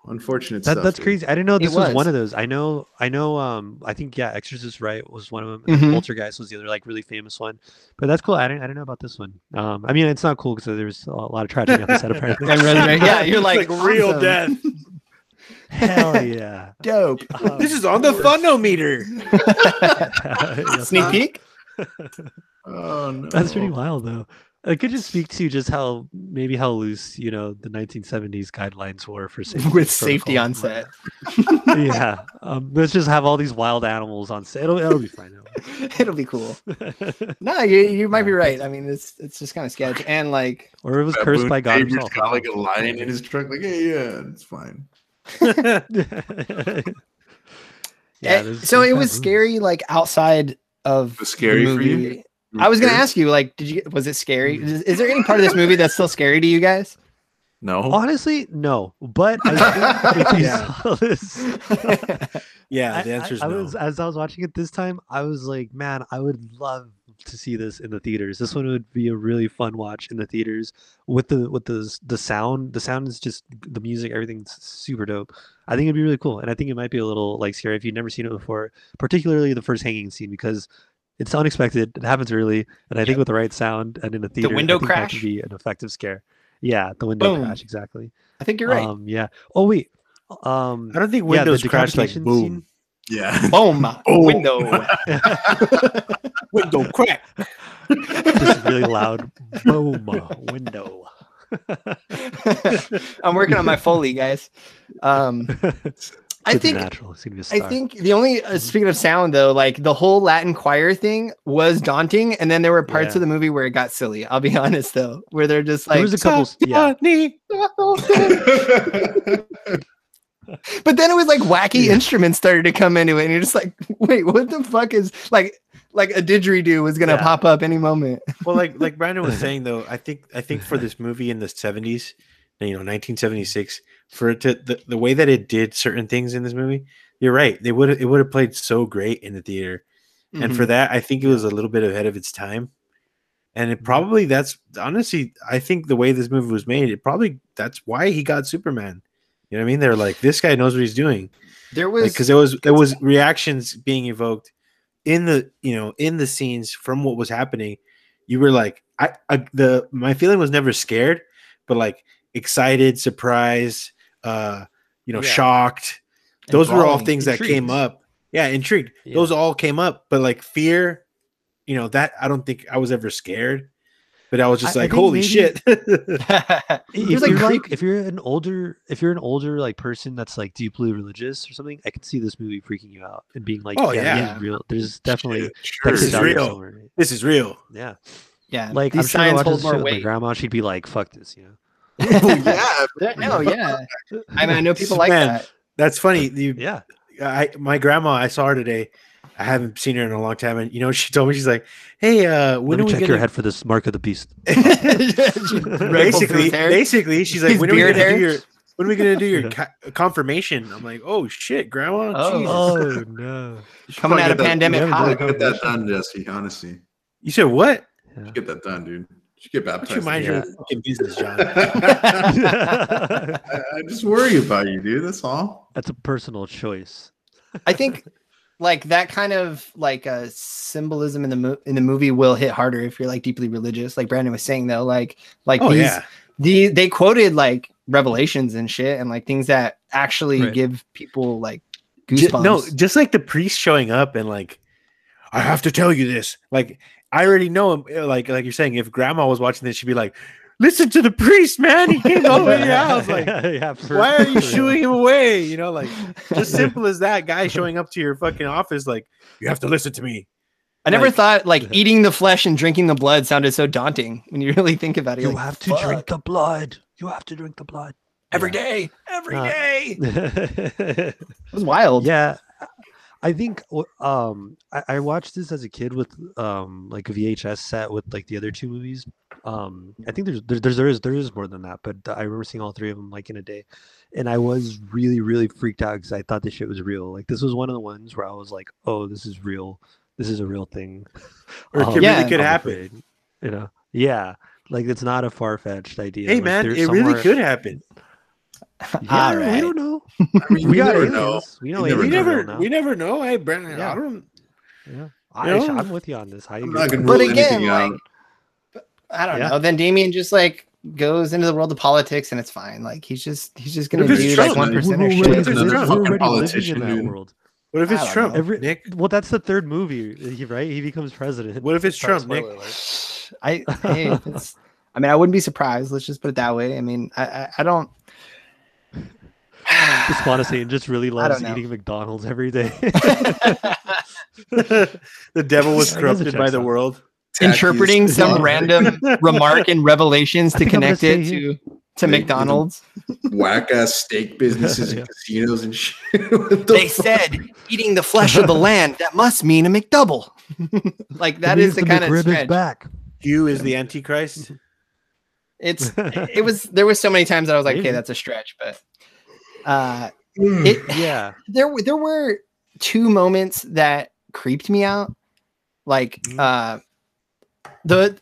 Unfortunate
That,
stuff.
that's
dude.
crazy. I didn't know this was.
was.
one of those. I know. I know. Um. I think yeah. Exorcist right was one of them.
Mhm.
And Poltergeist was the other like really famous one. But that's cool. I didn't. I didn't know about this one. Um. I mean, it's not cool because there was a lot of tragedy on the set apparently.
And resume- yeah, you're like, awesome,
Hell yeah.
Dope.
Um,
This is on the funometer.
yeah,
Sneak peek.
Oh no.
That's pretty wild though. It could just speak to just how maybe how loose you know the 1970s guidelines were for safety
With safety
protocol.
on set.
yeah, um, let's just have all these wild animals on set. It'll, it'll be fine.
It'll be cool.
It'll be-
No, you, you might be right. I mean, it's it's just kind of sketch. And like,
or it was
Baboon
cursed by God
Xavier's
himself.
Got like a lion in his truck. Like, yeah, yeah, it's fine.
eh, so it was scary, like outside of
It was scary
the
for you?
movie. I was gonna ask you, like, did you? Was it scary? Is, is there any part of this movie that's still scary to you guys?
Oh.
No.
Honestly, no. But I think if you
Yeah.
saw this,
Yeah,
I,
the answer is
I- I
no.
was, uh, as I was watching it this time, I was like, man, I would love to see this in the theaters. This one would be a really fun watch in the theaters with the with the s- the sound. The sound is just the music, everything's super dope. I think it'd be really cool, and I think it might be a little like scary if you've never seen it before, particularly the first hanging scene because it's unexpected. It happens early, and I think with the right sound and in a theater, I
window
think that
crash?
could be an effective scare. Yeah, the window
Boom.
crash exactly.
I think you're right.
Um, yeah. Oh wait. Um,
I don't think
yeah, the
Windows crashed like
decapitation
boom.
scene.
Yeah.
Boom.
Oh.
Window.
Window crack.
just really loud boom window.
I'm working on my foley, guys. Um, I
It's
think
natural. It's gonna be a
I
star.
think the only uh, speaking of sound though, like the whole Latin choir thing was daunting, and then there were parts
Yeah.
of the movie where it got silly. I'll be honest though, where they're just
there
like,
was a couple. s- Yeah,
but then it was like wacky
Yeah.
instruments started to come into it, and you're just like, wait, what the fuck is like, like a didgeridoo was gonna
Yeah.
pop up any moment.
Well, like like Brandon was saying though, I think I think for this movie in the seventies, you know, nineteen seventy six, for it to the, the way that it did certain things in this movie, you're right. They would it would have played so great in the theater.
Mm-hmm.
and for that i think it was a little bit ahead of its time and it probably that's honestly i think the way this movie was made it probably that's why he got superman you know what i mean they're like this guy knows what he's doing
there was
because there was there was reactions being evoked in the you know in the scenes from what was happening you were like i, I the my feeling was never scared but like excited surprised uh you know
Yeah.
shocked
and
those were all
brawling.
things that came
Intrigued.
up yeah intrigued
Yeah.
those all came up but like fear you know that i don't think i was ever scared but i was just
I- I
like
think
holy
maybe-
shit
if,
like
you're
freak-
like, if you're an older, if you're an older like person that's like deeply religious or something, I can see this movie freaking you out and being like,
Oh,
yeah, this
yeah.
is real. There's definitely
Sure.
Texas
is
out here
real.
somewhere.
this is real
Yeah,
Yeah,
Like
these
I'm sure if I
signs
watched
hold
this shit
more
with my
weight.
grandma, she'd be like, "Fuck this," you
oh, yeah.
Yeah, No, yeah. I mean, I know people like
Man.
that.
That's funny. You,
know? Yeah.
I my grandma, I saw her today. I haven't seen her in a long time, and you know, she told me she's like, "Hey, uh, when are
Let me
we
check
gonna
your head for this mark of the beast.
basically, basically, she's like,
His
when are, we
beard
gonna do
hair?
your, when are we gonna do your
Yeah.
co- confirmation? I'm like, oh shit, grandma.
Oh.
Jesus."
Oh no.
Coming out of pandemic
never
hot.
did.
Get that done, Jesse. Honestly,
You said what?
get that done, dude. Just get
Don't
baptized.
you mind your
Yeah.
fucking business, John?
I, I just worry about you, dude. That's all.
That's a personal choice.
I think like that kind of like uh, symbolism in the mo- in the movie will hit harder if you're like deeply religious. Like Brandon was saying though, like like
oh
these
yeah,
the they quoted like revelations and shit and like things that actually
Right.
give people like
Ju-
goosebumps.
no, just like the priest showing up and like, I have to tell you this. Like, I already know him. uh, Like, like you're saying, if grandma was watching this, she'd be like, "Listen to the priest, man. He came over here." Oh, I was like,
Yeah, for-
"Why are
for
you
real.
shooing him away?" You know, like just simple as that. Guy showing up to your fucking office, like, "You have to listen to me."
I never
like-
thought like eating the flesh and drinking the blood sounded so daunting when you really think about it.
You
You're like,
have to drink the blood. You have to drink the blood every day. Every
Uh,
day.
it was wild.
yeah I- i think w- um I, I watched this as a kid with um like a vhs set with like the other two movies um i think there's there, there's there is there is more than that but i remember seeing all three of them like in a day and i was really really freaked out because i thought this shit was real like this was one of the ones where i was like oh this is real this is a real thing
Or it
Um,
could-
Yeah.
really could
I'm
happen.
afraid, you know yeah like it's not a far-fetched idea
Hey
like,
man,
there's
it really
somewhere-
could happen.
yeah, we
Alright.
don't know
I mean,
we
you
got
never
aliens
know.
we know
We
aliens are
You never know.
real
never,
now.
we never know. Hey, Brandon,
Yeah.
I don't.
Yeah,
You
I,
know?
I'm with you on this. How you
I'm
guys-
not gonna
But
rule
again,
anything
like-
out.
I don't
Yeah.
know. Then Damien just like goes into the world of politics and it's fine. Like he's just he's just gonna
If it's
do
Trump,
like one
like,
percent or
who- who-
shit.
who-
We're
Another
already
fucking
living in
politician,
that
dude.
world.
What if
I
it's
don't
Trump?
know.
Every-
Nick,
Well, that's the third movie, he- right? He becomes president.
what if it's
Sorry,
Trump, Nick?
spoiler alert.
I hey, it's, I mean I wouldn't be surprised. Let's just put it that way. I mean I I, I don't.
This Fontaine just really loves
don't know.
eating McDonald's every day.
the devil was
That doesn't
corrupted
check
by the
out.
world.
Tacky
interpreting
as
some
fuck.
random remark and revelations
I
to
think I'm gonna
connect it
stay here.
to to
Thank you.
McDonald's.
whack ass steak businesses
Yeah.
and casinos and shit. What the
They
fuck?
said eating the flesh of the land that must mean a McDouble. like that is the kind of
McRib is
stretch.
back.
You is the Antichrist.
It's it was there was so many times that I was like, okay,
Maybe.
that's a stretch, but uh
Mm.
it
Yeah,
there were there were two moments that creeped me out. Like uh the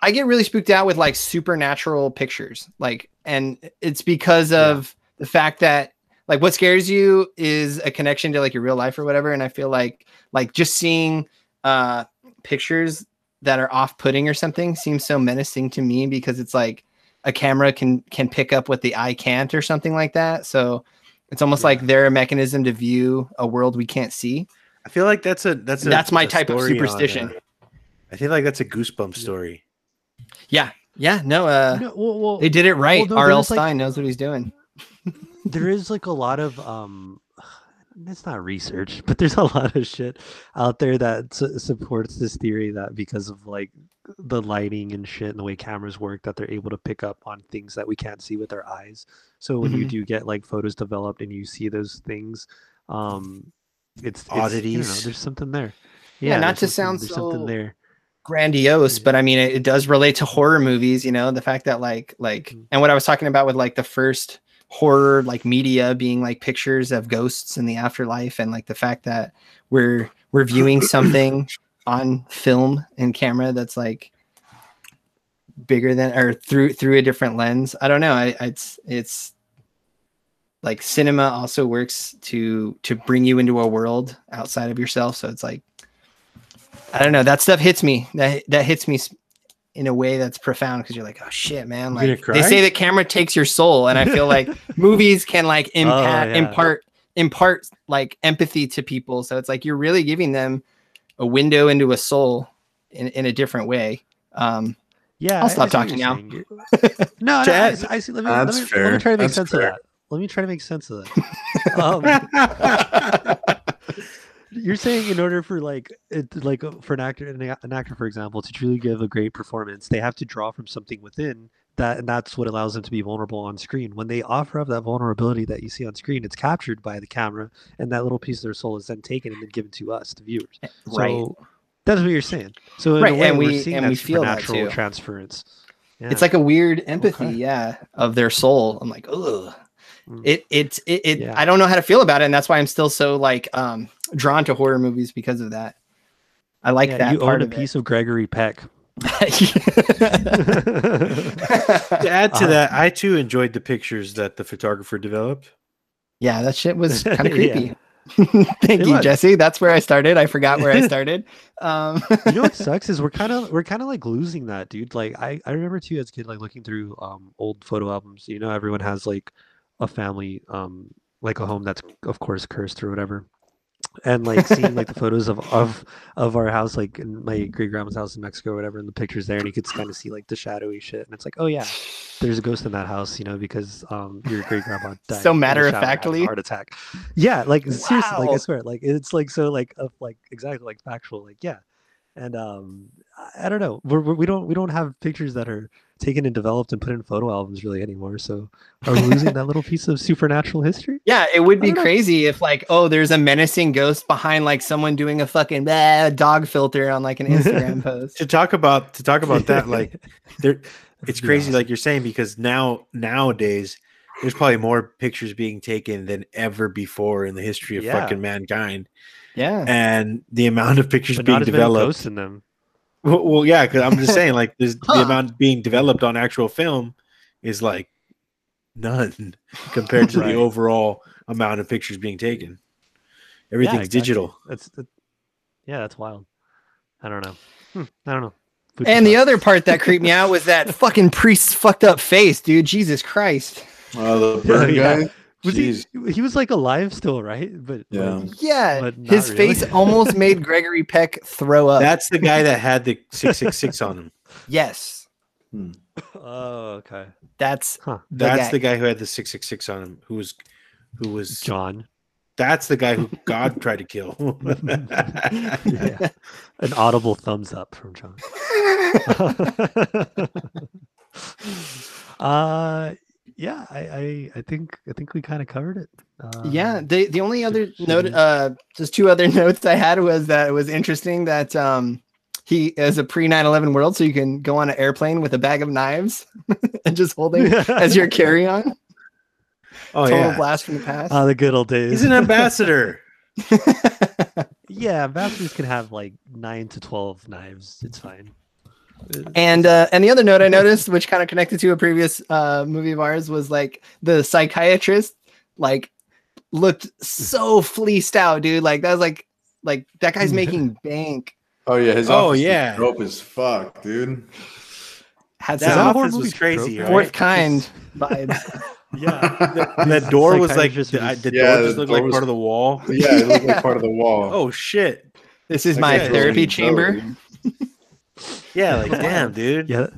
I get really spooked out with like supernatural pictures. Like and it's because
Yeah.
of the fact that like what scares you is a connection to like your real life or whatever and I feel like like just seeing uh pictures that are off-putting or something seems so menacing to me because it's like a camera can can pick up what the eye can't or something like that. So it's almost
Yeah.
like they're a mechanism to view a world we can't see.
I feel like that's a that's a,
That's my
a
type of
story on, uh,
superstition.
I feel like that's a goosebump story.
Yeah, yeah, no, uh,
No, well, well,
they did it right.
no,
R.L.
there's, like-
Stein knows what he's doing.
there is like a lot of um, it's not research, but there's a lot of shit out there that su- supports this theory that because of like the lighting and shit and the way cameras work that they're able to pick up on things that we can't see with our eyes so when you
Mhm.
do get like photos developed and you see those things um it's, it's you know,
Oddities.
there's something there
Yeah, not
there's
to
something-
sound
there's something
so-
there
Grandiose, but I mean, it, it does relate to horror movies. You know, the fact that like like
Mhm.
and what I was talking about with like the first horror like media being like pictures of ghosts in the afterlife and like the fact that we're we're viewing something on film and camera that's like bigger than or through through a different lens i don't know I, I- it's it's like cinema also works to to bring you into a world outside of yourself so it's like i don't know that stuff hits me that that hits me s- in a way that's profound because you're like oh shit man
You gonna
like
cry?
they say that camera takes your soul and i feel like movies can like impact
Oh, yeah.
impart impart like empathy to people so it's like you're really giving them a window into a soul in, in a different way um
yeah
I'll
I-
stop
I see what
talking
you're
now.
saying. You're- no, no, I,
That's-
see- I see let me, let,
that's
me, let me
fair.
try to make
That's
sense
fair.
of that let me try to make sense of that um, you're saying in order for like it, like uh, for an actor an a- an actor for example to truly give a great performance they have to draw from something within that and that's what allows them to be vulnerable on screen when they offer up that vulnerability that you see on screen it's captured by the camera and that little piece of their soul is then taken and then given to us the viewers
Eh, Right.
so that's what you're saying so in
Right,
a way,
and
we're
we-
seeing
and
that
we feel that
supernatural
too.
transference yeah.
It's like a weird empathy,
Okay.
yeah, of their soul. I'm like, ugh.
Mm.
It it it, it
Yeah.
I don't know how to feel about it, and that's why I'm still so like um drawn to horror movies because of that. I like
Yeah,
that
you
part
own a
of it.
piece of gregory peck
To add to
Uh-huh.
that, I too enjoyed the pictures that the photographer developed.
yeah, that shit was kind
Yeah.
of creepy. Thank
It
you,
was.
Jesse. That's where I started. I forgot where I started. Um,
you know what sucks is we're kind of we're kind of like losing that dude like i i remember too as a kid like looking through um old photo albums you know everyone has like a family um like a home that's of course cursed or whatever and like seeing like the photos of of of our house like in my great grandma's house in mexico or whatever and the pictures there and you could kind of see like the shadowy shit and it's like oh yeah there's a ghost in that house you know because um your great grandma died in the
matter-of-factly?
shower, had a heart attack yeah like seriously like i
Wow.
swear like it's like so like of like exactly like factual like yeah and um I- i don't know we're, we're, we don't we don't have pictures that are taken and developed and put in photo albums really anymore so are we losing that little piece of supernatural history
yeah, it would
I
be
don't know.
crazy if like, oh, there's a menacing ghost behind like someone doing a fucking "Bah," dog filter on like an Instagram post.
To talk about to talk about that, like there, it's
Yeah.
crazy, like you're saying, because now nowadays there's probably more pictures being taken than ever before in the history of
Yeah.
fucking mankind,
Yeah.
and the amount of pictures
but
being
not as many
developed.
ghosts in them
Well, well yeah, because I'm just saying, like, there's
Huh.
the amount being developed on actual film is like none compared to
Right.
the overall amount of pictures being taken. Everything's
exactly.
digital.
that's that, yeah that's wild i don't know Hmm, i don't know Food for
And the
thought.
other part that creeped me out was that fucking priest's fucked up face, dude. Jesus Christ.
Oh, the bird
Yeah.
guy.
was
Jeez.
he, he was like alive still right but like,
Yeah.
Yeah,
But not
his face
really.
almost made Gregory Peck throw up.
That's the guy that had the six six six on him.
yes,
oh okay
that's
huh
That's
guy.
the guy who had the six six six on him. Who was who was
john
that's the guy who God tried to kill. Oh,
yeah. An audible thumbs up from John. uh yeah, I, I I think I think we kind of covered it. Uh,
Uh-huh.
yeah. The the only other
should
note,
we-
uh, just two other notes I had was that it was interesting that um he is a pre 9-11 world, so you can go on an airplane with a bag of knives and just holding as your carry on.
oh
Total
yeah, Uh,
blast from the past.
Oh, the good old days.
he's an ambassador.
yeah, ambassadors can have like nine to twelve knives. It's fine. Uh,
And uh, and the other note I noticed, which kind of connected to a previous uh, movie of ours, was like the psychiatrist, like looked so fleeced out, dude. Like that was like like that guy's making bank.
Oh yeah, his
Oh,
office is
yeah.
dope as fuck, dude.
Had
That
is that a
some
horror
office was
movie
crazy.
trope?
Right?
fourth kind vibes.
Yeah.
The
His
door was like
psychiatrist
the,
was-
the
Yeah,
door
the
just looked
door
like
was-
part of the wall.
yeah, it looked like part of the wall.
Oh shit!
This is
That
my
guy's
therapy
really
chamber.
dope.
Yeah, like damn, dude.
yeah.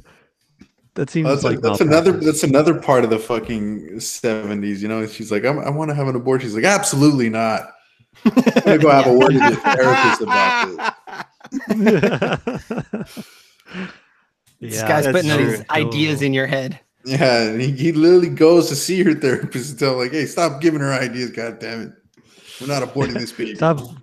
That seems
Oh, That's,
like
that's another.
malpractice.
That's another part of the fucking seventies. You know, she's like, I'm, I want to have an abortion. She's like, absolutely not. I'm gonna go have a word with your therapist about this.
yeah,
This guy's
that's
putting these
true.
ideas in your head.
Yeah, and he, he literally goes to see her therapist and tell her, like, hey, stop giving her ideas, god damn it. We're not aborting this baby. Stop,
Stop,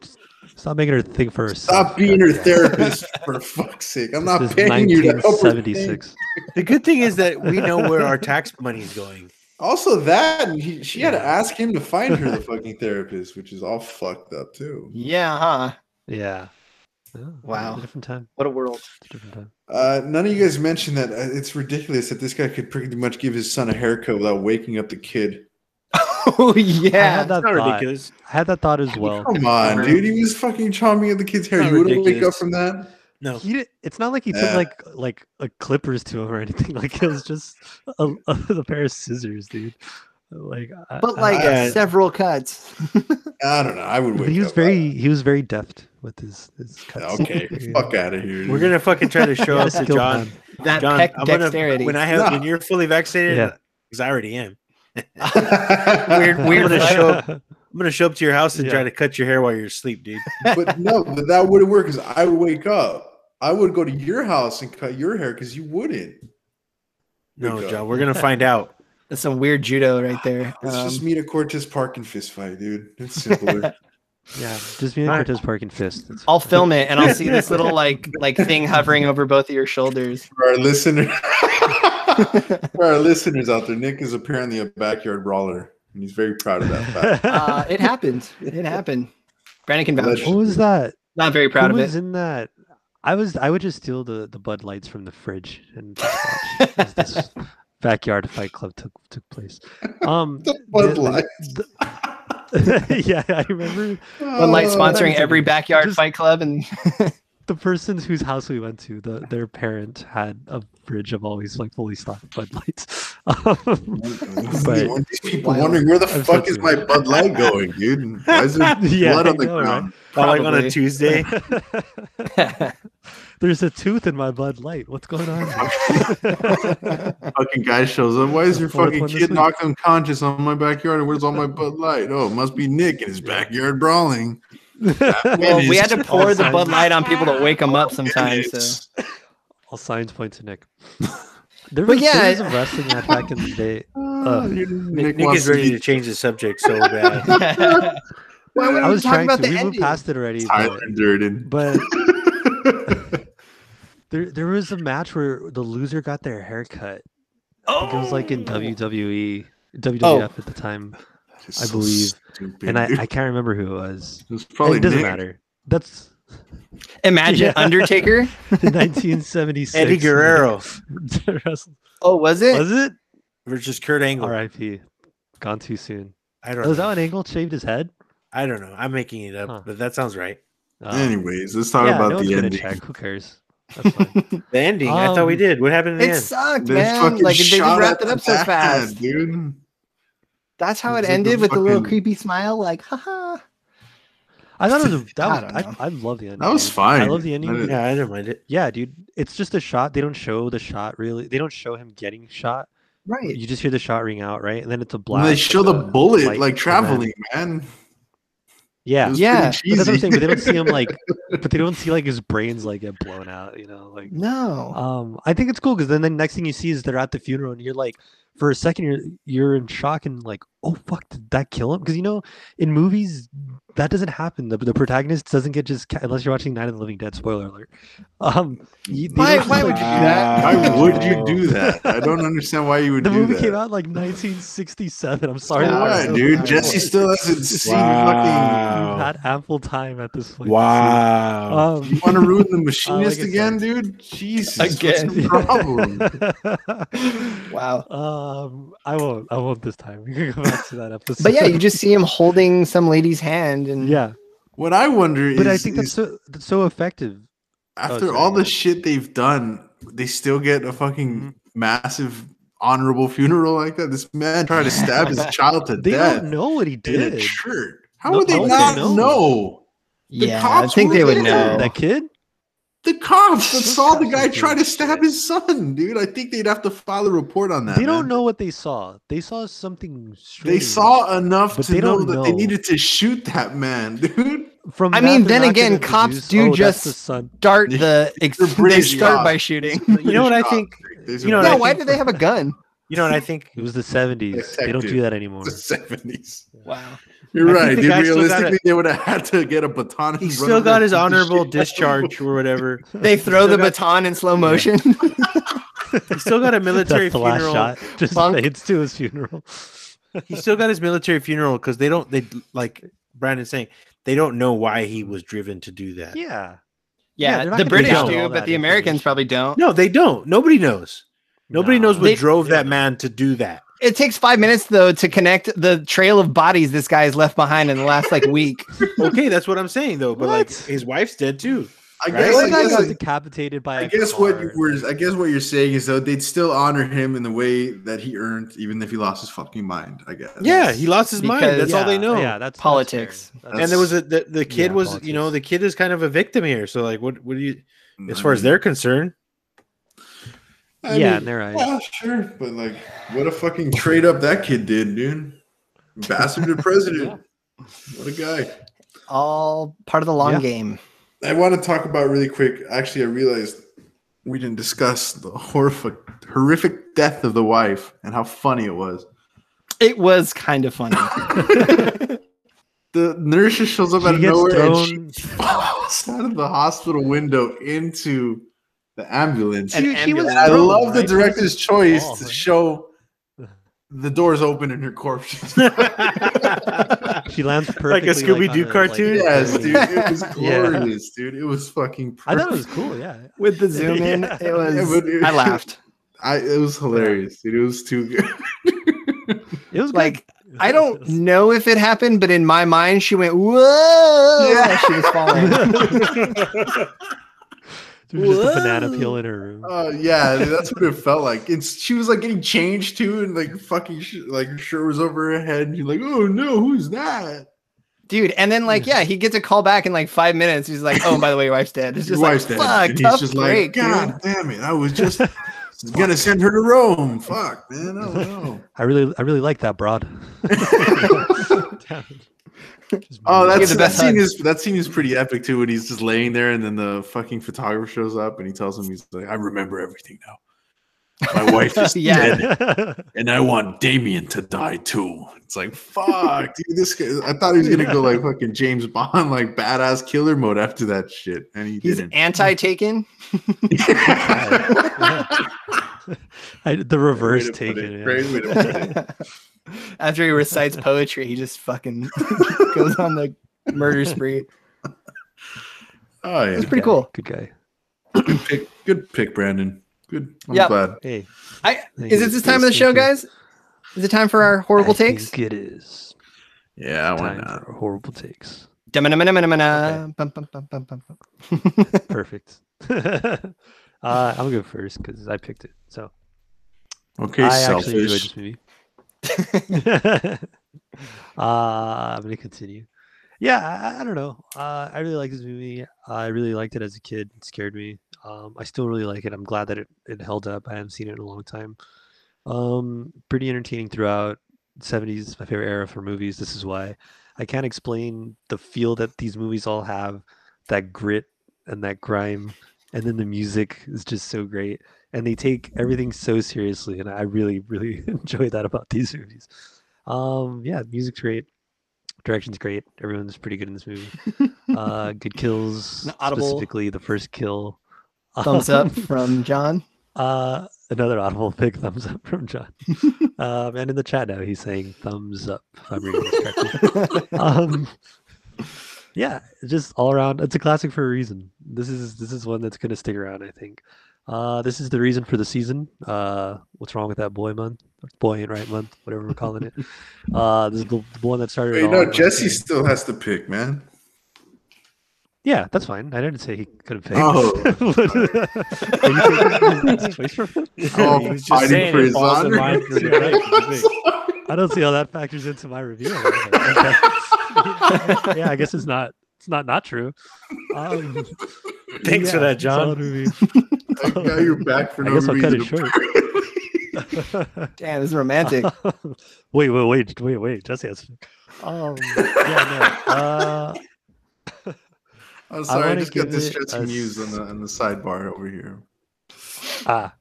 stop making her think for herself.
being her
goddamn.
therapist for fuck's sake. I'm not
This is
paying you to help her. think.
1976.
The good thing is that we know where our tax money is going.
Also, that and he, she had to ask him to find her the fucking therapist, which is all fucked up too.
Yeah, huh?
Yeah. Yeah,
Wow.
It's a different time.
What a world.
It's a different time.
Uh, none of you guys mentioned that uh, it's ridiculous that this guy could pretty much give his son a haircut without waking up the kid.
oh
I
yeah.
had
Not
that thought.
ridiculous.
I had that thought as well.
Come on, dude. He was fucking chomping at the kid's hair.
Not
You wouldn't wake up
ridiculous.
from that?
No,
He did, it's not like he took
Yeah.
like like a clippers to him or anything. Like it was just a, a, a pair of scissors, dude. Like, I-
But
I-
like
Yeah.
several cuts.
I don't know. I would wake
he was
up. I-
very he was very deft with his his cuts.
Okay, fuck out of here.
we're gonna fucking try to show
Yeah,
up to
skilled
John.
man.
That
John,
peck
I'm gonna
dexterity.
when I have
No.
when you're fully vaccinated,
Yeah.
because I already am.
Weird, weird.
gonna
flex.
show up- I'm gonna show up to your house and
Yeah.
try to cut your hair while you're asleep, dude.
but no, but that wouldn't work because I would wake up. I would go to your house and cut your hair because you wouldn't.
No,
Wake up.
John, we're gonna find out.
That's some weird judo right there.
Let's
Um,
just meet at Cortez Park and fist fight, dude. It's simpler.
yeah, just me and
Alright.
Cortez Park and Fist. That's-
I'll film it and I'll see this little like like thing hovering over both of your shoulders. Uh,
For our listeners, for our listeners out there, Nick is apparently a backyard brawler, and he's very proud of that fact.
Uh, it happened. It happened. Brandon can vouch.
what was that?
Not very proud
Who
of
was
it.
in that? I was. I would just steal the the Bud Lights from the fridge and just watch as this backyard fight club took took place. Um,
The Bud
the-
Light.
the- yeah, I remember
One light
Oh,
sponsoring
was a-
every backyard
just-
fight club and
the person whose house we went to. The, their parent had a fridge of always like fully stocked Bud Lights. Um,
These
But-
people wondering where the
I'm
fuck
so
is my
serious.
Bud Light going, dude? Why is there
Yeah,
blood
I
on the
know, right?
ground?
Oh, like on
Probably.
a Tuesday.
There's a tooth in my Bud Light. What's going on? here?
Fucking guy shows up. Why is your
Fourth
fucking
one this
kid
week.
knocked unconscious on my backyard? And where's all my Bud Light? Oh, it must be Nick in his backyard brawling.
well, we had to pour the
Alzheimer's.
Bud Light on people to wake them up sometimes. So.
It's-
All signs point to Nick. There
But
was,
yeah,
there was
I-
a wrestling match back in the day.
Ah, Nick,
Nick, Nick
wants
is ready
be-
to change the subject so bad.
Why would
I
we
was
talk
trying
about
to.
the
We moved
ending?
past it already.
Tyler
But,
Durden.
but there, there was a match where the loser got their hair cut. I think it was like
Oh!
in E, WWE, WWF at the time, I believe. and I, I can't remember who it was.
it's probably
it doesn't
Nick.
matter. That's
Imagine
Yeah.
Undertaker.
the 1976.
Eddie Guerrero
Wrestle-
Oh, was it?
was it?
versus Kurt Angle.
R.I.P. Gone too soon.
I don't.
Was that
know.
when Angle shaved his head?
I don't know. I'm making it up,
Huh.
but that sounds right.
Uh,
Anyways, let's talk
yeah,
about
no one's
the
gonna
ending.
check. Who cares? That's fine.
The ending. I thought we
Um,
did. What happened in
it
the end?
sucked,
They
man.
fucking
Like they just
shot
wrapped
at
it up
the
so
back,
fast.
dude.
That's how
It
it
was like
ended
a
with a little
fucking-
creepy smile, like haha.
I thought it was a, that
I
was,
don't
I,
know.
I, love the ending.
That was
dude.
fine.
I love the ending.
I didn't-
Yeah.
Yeah, I don't mind it.
dude. It's just a shot. They don't show the shot really. They don't show him getting shot.
Right.
You just hear the shot ring out, right? And then it's a
And
blast.
they
of
show the bullet
light
like
around.
traveling, man. It
Yeah.
was
Yeah,
pretty
But that's what I'm
cheesy.
saying. But they don't see him like. But they don't see like his brains like get blown out. You know, like.
No.
Um, I think it's cool because then the next thing you see is they're at the funeral, and you're like, for a second, you're you're in shock and like, oh fuck, did that kill him? Because you know, in movies, that doesn't happen. The, the protagonist doesn't get just ca- unless you're watching Night of the Living Dead. Spoiler alert. Um, you- they
Why-
don't
why
just,
would
like-
you do that?
Why would you do that? I don't understand why you would
The
do
movie
that.
came out in, like 1967. I'm sorry,
Why,
that was so
dude?
long
Jesse
ago.
still hasn't seen
You've
Wow.
had ample time at this point. to see it.
Wow.
Um,
fucking. You want to ruin the
I
machinist
said.
again, dude? Jesus,
Again.
what's the problem?
Wow.
um, I won't. I won't this time. We can go back to that episode.
But yeah, you just see him holding some lady's hand and
yeah.
What I wonder is,
But I think that's Oh,
is
so that's so effective.
after
sorry,
all the
yeah.
shit they've done, they still get a fucking
Mhm.
massive honorable funeral like that. This man tried to stab his child to
They
death
don't know what he
in a
did.
shirt. How
No-
would they
no, they
not
know.
know? The
yeah, I
cops
think they
would've
would
been
know.
That kid?
The cops that
Those
saw the
cops
guy
are
try to
doing
stab
shit.
his son, dude. I think they'd have to file a report on that.
They don't
man.
know what they saw. They saw something.
They
strange.
saw enough
But
to
they
know
don't
that they
know.
needed to shoot that man, dude.
From
I
that,
mean,
they're
then
not
again,
gonna
cops
deduce,
do
"Oh, that's
just-
the son.
Start the ex-
They're
they
British
start
cops.
by shooting.
You know what I think?
These
you
are
know what
yeah,
I
like
why
think
do they have a gun?
You know what I think?
It was the seventies. They don't do
Detective.
that anymore.
the seventies.
Wow.
You're
I think
right,
the
dude.
guy still got
Realistically, they would have had to get a baton.
He
and run
still
over
got
and
his
beat the
honorable
shit out of him.
discharge or whatever.
They throw
Still
the
got-
baton in slow motion.
He still got a military
That's the last
funeral.
shot. Just
Punk.
fades to his funeral.
He still got his military funeral because they don't. They like Brandon's saying they don't know why he was driven to do that.
yeah. Yeah,
yeah,
they're not
the
gonna
British
tell
do,
all
but
that
the Americans probably don't.
No, they don't. Nobody knows. Nobody knows what
They-
drove that man to do that.
It takes five minutes though to connect the trail of bodies this guy has left behind in the last like week.
Okay, that's what I'm saying though. But like
What?
his wife's dead too.
I
Right?
guess,
Well,
I
the guy
guess,
got decapitated by.
I
a
guess what you
car.
were, I guess what you're saying is though they'd still honor him in the way that he earned, even if he lost his fucking mind. I guess.
Yeah, he lost his mind.
Because-
That's all they
Yeah,
know.
Yeah, that's that's fair.
Politics.
That's-
And there was a the, the kid
Yeah,
was you
politics. Mm.
know the kid is kind of a victim here. So like what what do you
I
as far as
mean,
they're concerned?
I
yeah, in
mean,
their eyes.
yeah, sure, but like, what a fucking trade up that kid did, dude. Ambassador to president. What a guy.
All part of the long
Yeah.
game.
I want to talk about really quick. Actually, I realized we didn't discuss the horrific, horrific death of the wife and how funny it was.
It was kind of funny.
The nurse just shows up out
She
of
gets
nowhere
thrown.
and she falls out of the hospital window into the ambulance.
An
She- she was
ambulance.
And I
thrown,
love the
right?
director's choice
ball,
to
right?
show the doors open and her corpse.
She lands
Like
perfectly.
a Scooby-Doo
on a,
cartoon?
yes, dude, it was
Yeah.
glorious, dude. It was fucking. Perfect.
I thought it was cool. Yeah.
With the zoom in,
Yeah.
it was.
Yeah, but it-
I laughed.
I, it was hilarious, dude. It was too good.
It was good.
Like, I don't know if it happened, but in my mind, she went, whoa.
Yeah.
as she was falling.
There was just a banana
Whoa.
peel in her room.
Uh, yeah, dude, that's what it felt like. It's she was like getting changed too, and like fucking sh- like her shirt was over her head, and you're like, oh no, who's that?
Dude, and then like, yeah, he gets a call back in like five minutes. He's like, "Oh, by the way, your wife's dead." It's
Your
just like,
wife's dead.
fuck,
And
tough
he's just
break,
like,
dude.
God damn it, I was just gonna send her to Rome. Fuck, man, I don't know.
I really, I really like that broad. Just
Oh,
move.
Give
that's
the
that
best
scene
hug.
is that scene is pretty epic too. When he's just laying there, and then the fucking photographer shows up, and he tells him he's like, "I remember everything now. My wife is
Yeah.
dead, and I want Damien to die too." It's like, fuck, dude. This guy, I thought he was gonna go like fucking James Bond, like badass killer mode after that shit, and he
He's
didn't.
anti-taken.
I, the reverse
Great way to put
taken.
it.
yeah.
Great way to put it.
After he recites poetry, he just fucking goes on the murder spree.
Oh yeah,
It's pretty
guy,
cool.
Good guy.
good pick, good pick, Brandon. Good. I'm
Yep.
glad.
Hey,
I
thank
is
you.
it this time of the show, guys? Is it time for our horrible
I
takes?
Think it is
Yeah, why
time
not?
for horrible takes.
Dum-a-dum-a-dum-a-dum-a. Bum, bum, bum, bum, bum, bum.
Perfect. uh, I'll go first because I picked it. So
Okay,
I actually enjoyed
selfish.
this movie. uh, I'm gonna continue. Yeah, I, I don't know. Uh, I really like this movie. I really liked it as a kid. It scared me. Um, I still really like it. I'm glad that it, it held up. I haven't seen it in a long time. Um, pretty entertaining throughout. 70s is my favorite era for movies. This is why I can't explain the feel that these movies all have. That grit and that grime, and then the music is just so great and they take everything so seriously and i really really enjoy that about these movies um yeah music's great direction's great everyone's pretty good in this movie uh good kills
An audible
specifically the first kill
Thumbs up
Um,
from John.
uh another audible big thumbs up from john um and in the chat now he's saying thumbs up if i'm reading this correctly um, yeah, just all around. It's a classic for a reason. This is this is one that's gonna stick around. I think. Uh, this is the reason for the season. Uh, what's wrong with that boy month? Or Boy ain't right month, whatever we're calling it. Uh, this is the, the one that started. it
Wait,
all,
no,
in my
Jesse
opinion.
still has to pick, man.
Yeah, that's fine. I didn't say he couldn't pick.
Oh. Oh,
I
he was just fighting saying for it his falls in honor. line for the
don't see how that factors into my review. yeah, I guess it's not. It's not not true. Um,
Thanks for
yeah,
that,
it's all
John.
to
I got your back for
I
no
guess I'll cut it
reason.
short.
Damn, this is romantic.
wait, wait, wait, wait, wait. Jesse has. Um, yeah, no. Uh,
I'm sorry, I
wanna
just got
give
this
it
stretching
a
news on the on the sidebar over here.
ah,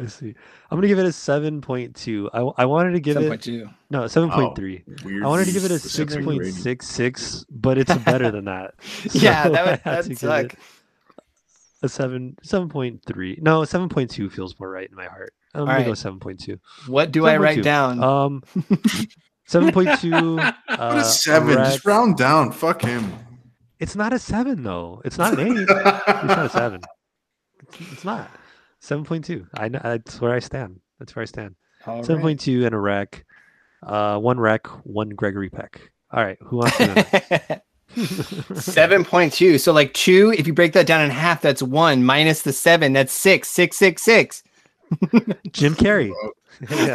I see. I'm gonna give it a seven point two. I I wanted to give it
7.2.
no seven point three.
Weird.
I wanted to give it a six
specific
point
rating.
six six, but it's better than that.
yeah,
So I
that
had
would
to
that'd
give
suck.
it A seven seven point three. No, seven point two feels more right in my heart. I'm gonna go
right.
seven point two.
What do I write
7.2.
down?
Um, seven point two.
Mm.
uh,
What a seven. Just round down. Fuck him.
It's not a seven though. It's not an eight. It's not a seven. It's, it's not. Seven point two. I know. That's where I stand. That's where I stand. Seven point two and a wreck. Uh, one wreck, one Gregory Peck. All right. Who wants to? Know?
Seven point two. So like two, if you break that down in half, that's one minus the seven. That's six. Six six six.
Jim Carrey. Yeah.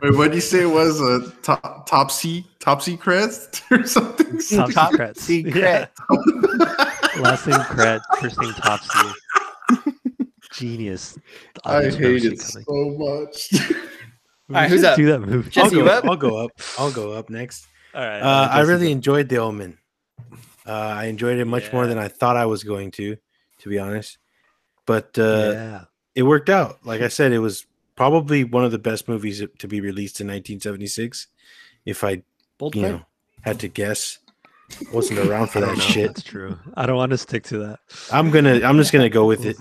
Wait, what did you say it was? A top, topsy, topsy crest or something?
Top
Top
secret.
secret.
Yeah. Last name Kret, first name Topsy. genius.
I
I've never
hate
seen
it
coming.
so much.
We
All right,
should
who's up?
Do that movie.
Jesse,
I'll go
you
up.
up?
I'll go up. I'll go up next.
All right.
Uh, I really enjoyed The Omen. Uh, I enjoyed it much more
Yeah.
than I thought I was going to, to be honest. But uh,
Yeah. oh,
it worked out. Like I said, it was probably one of the best movies to be released in 1976. If I,
Bold
you
claim.
know, had to guess, wasn't around for
I
that
don't know if
shit.
That's true. I don't want to stick to that.
I'm gonna. I'm just gonna go with it.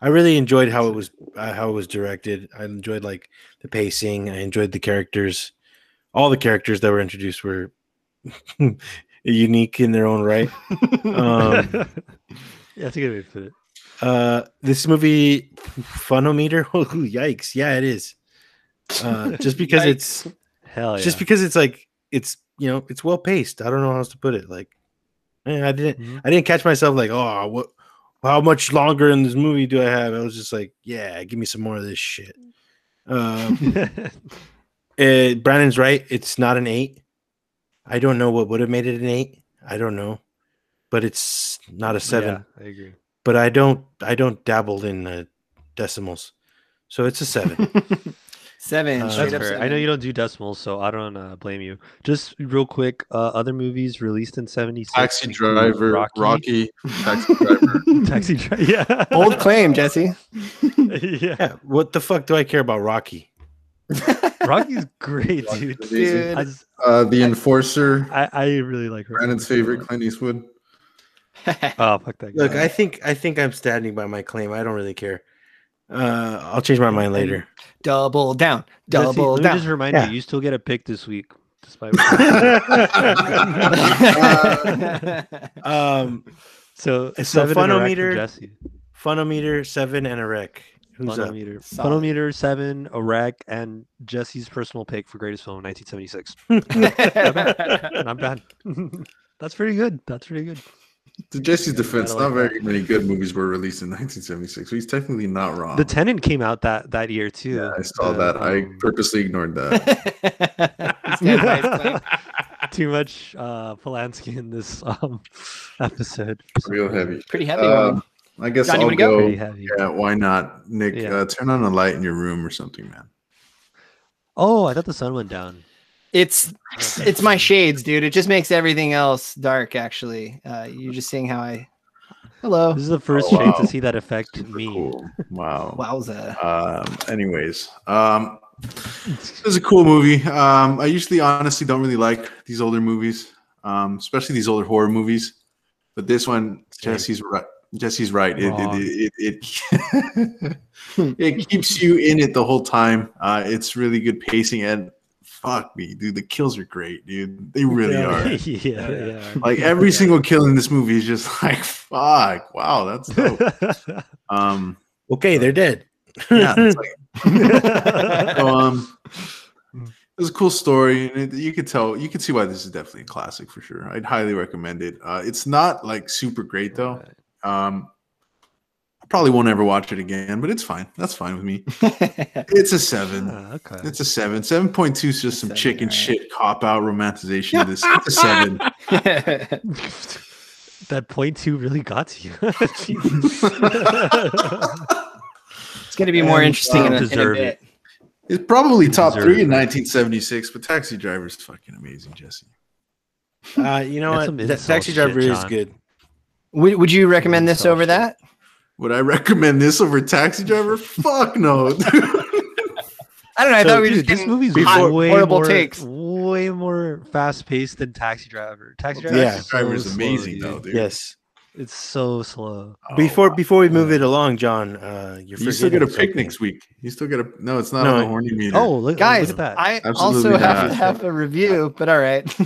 I really enjoyed how it was uh, how it was directed. I enjoyed like the pacing. I enjoyed the characters. All the characters that were introduced were unique in their own right. Um,
yeah, that's a good way to put it.
uh, this movie, Funometer. Oh, yikes! Yeah, it is. Uh, just because it's
Hell Oh, yeah.
just because it's like it's you know it's well paced. I don't know how else to put it. Like, eh, I didn't
Mhm.
I didn't catch myself like, oh, what? How much longer in this movie do I have? I was just like, yeah, give me some more of this shit. Um, Uh, Brandon's right. It's not an eight. I don't know what would have made it an eight. I don't know, but it's not a seven.
Yeah, I agree.
But I don't. I don't dabble in uh, decimals, so it's a seven.
Seven.
Uh,
straight
That's
up
fair.
seven.
I know you don't do decimals, so I don't uh, blame you. Just real quick, uh, other movies released in '76.
Taxi driver, Rocky, taxi driver.
Taxi driver. Yeah.
Bold claim, Jesse.
yeah.
yeah. What the fuck do I care about Rocky?
Rocky's great,
Rocky's
dude.
amazing.
I, just-
Uh, the enforcer,
I, I really like Rocky.
Brandon's favorite, Clint Eastwood.
Oh fuck that guy.
Look, I think I think I'm standing by my claim. I don't really care. Uh, I'll change my mind later.
double down.
Let's see,
Double
Let me
down.
just remind
Yeah.
you, you still get a pick this week, despite. Uh,
um,
so
So
seven and a rack for
Funometer-
Jesse.
funometer seven and a wreck. Who's up?
Funometer,
Solid.
Funometer seven, a rack, and Jesse's personal pick for greatest film in 1976. Not bad. That's pretty good. That's pretty good.
To Jesse's
Yeah, I
defense,
like
not
that.
very many good movies were released in 1976. So he's technically not wrong.
The Tenant came out that that year too.
yeah, I saw
The,
that. I
um,
purposely ignored that.
Stand by his claim.
too much uh, Polanski in this um, episode.
Real heavy.
Pretty heavy
Um,
one.
I guess
John, you
I'll
wanna go?
go.
Pretty heavy.
Yeah, why not, Nick?
Yeah.
Uh, turn on a light in your room or something, man.
Oh, I thought the sun went down.
It's it's my shades, dude. It just makes everything else dark. Actually, uh, you're just seeing how I. Hello.
This is the first
Oh,
shade
wow.
to see that affect
Super
me.
cool. Wow.
Wowza.
Um, anyways, um, this is a cool movie. Um, I usually honestly don't really like these older movies, um, especially these older horror movies. But this one, Jesse's right. Jesse's right. It it it it, it, it keeps you in it the whole time. Uh, it's really good pacing and fuck me, dude. The kills are great, dude. They really
Yeah.
are.
yeah,
Yeah.
yeah.
Like every single kill in this movie is just like fuck. Wow, that's dope. Um,
Okay, they're dead.
yeah, it's like
Oh.
so, um, it was a cool story, and it, you could tell, you could see why this is definitely a classic for sure. I'd highly recommend it. Uh, it's not like super great though. Um, I probably won't ever watch it again, but it's fine. That's fine with me. It's a seven.
Ah, okay.
It's a seven. Seven point two is just some
Seven,
chicken
alright.
shit cop out romanticization of this. It's a seven.
that point two really got to you.
it's gonna be more
And,
interesting in, a, in a
deserve
bit.
it.
It's probably top
Deserved.
three in 1976, but Taxi Driver is fucking amazing, Jesse.
Uh, you know
That's
what?
some
That
insult
taxi
shit,
driver is
John.
good.
Would, would you recommend this over that?
Would I recommend this over Taxi Driver? Fuck no.
I don't know. I
So,
thought we were
Dude,
just
this
getting
movie's
hot,
way
horrible
more,
takes.
way more fast paced than Taxi Driver. Taxi
Well,
Driver,
Yeah.
is
Taxi Driver is
so slow,
amazing
dude.
though, dude.
Yes.
It's so slow.
Oh,
before before we move it along, John, uh, you're
You still get a
forgetting
pick
something.
next week. You still get a no. It's not
No,
on the
I-
horny meter.
Oh, look,
Guys,
look at that.
I
Absolutely
also have
not.
to have a review, but all right.
so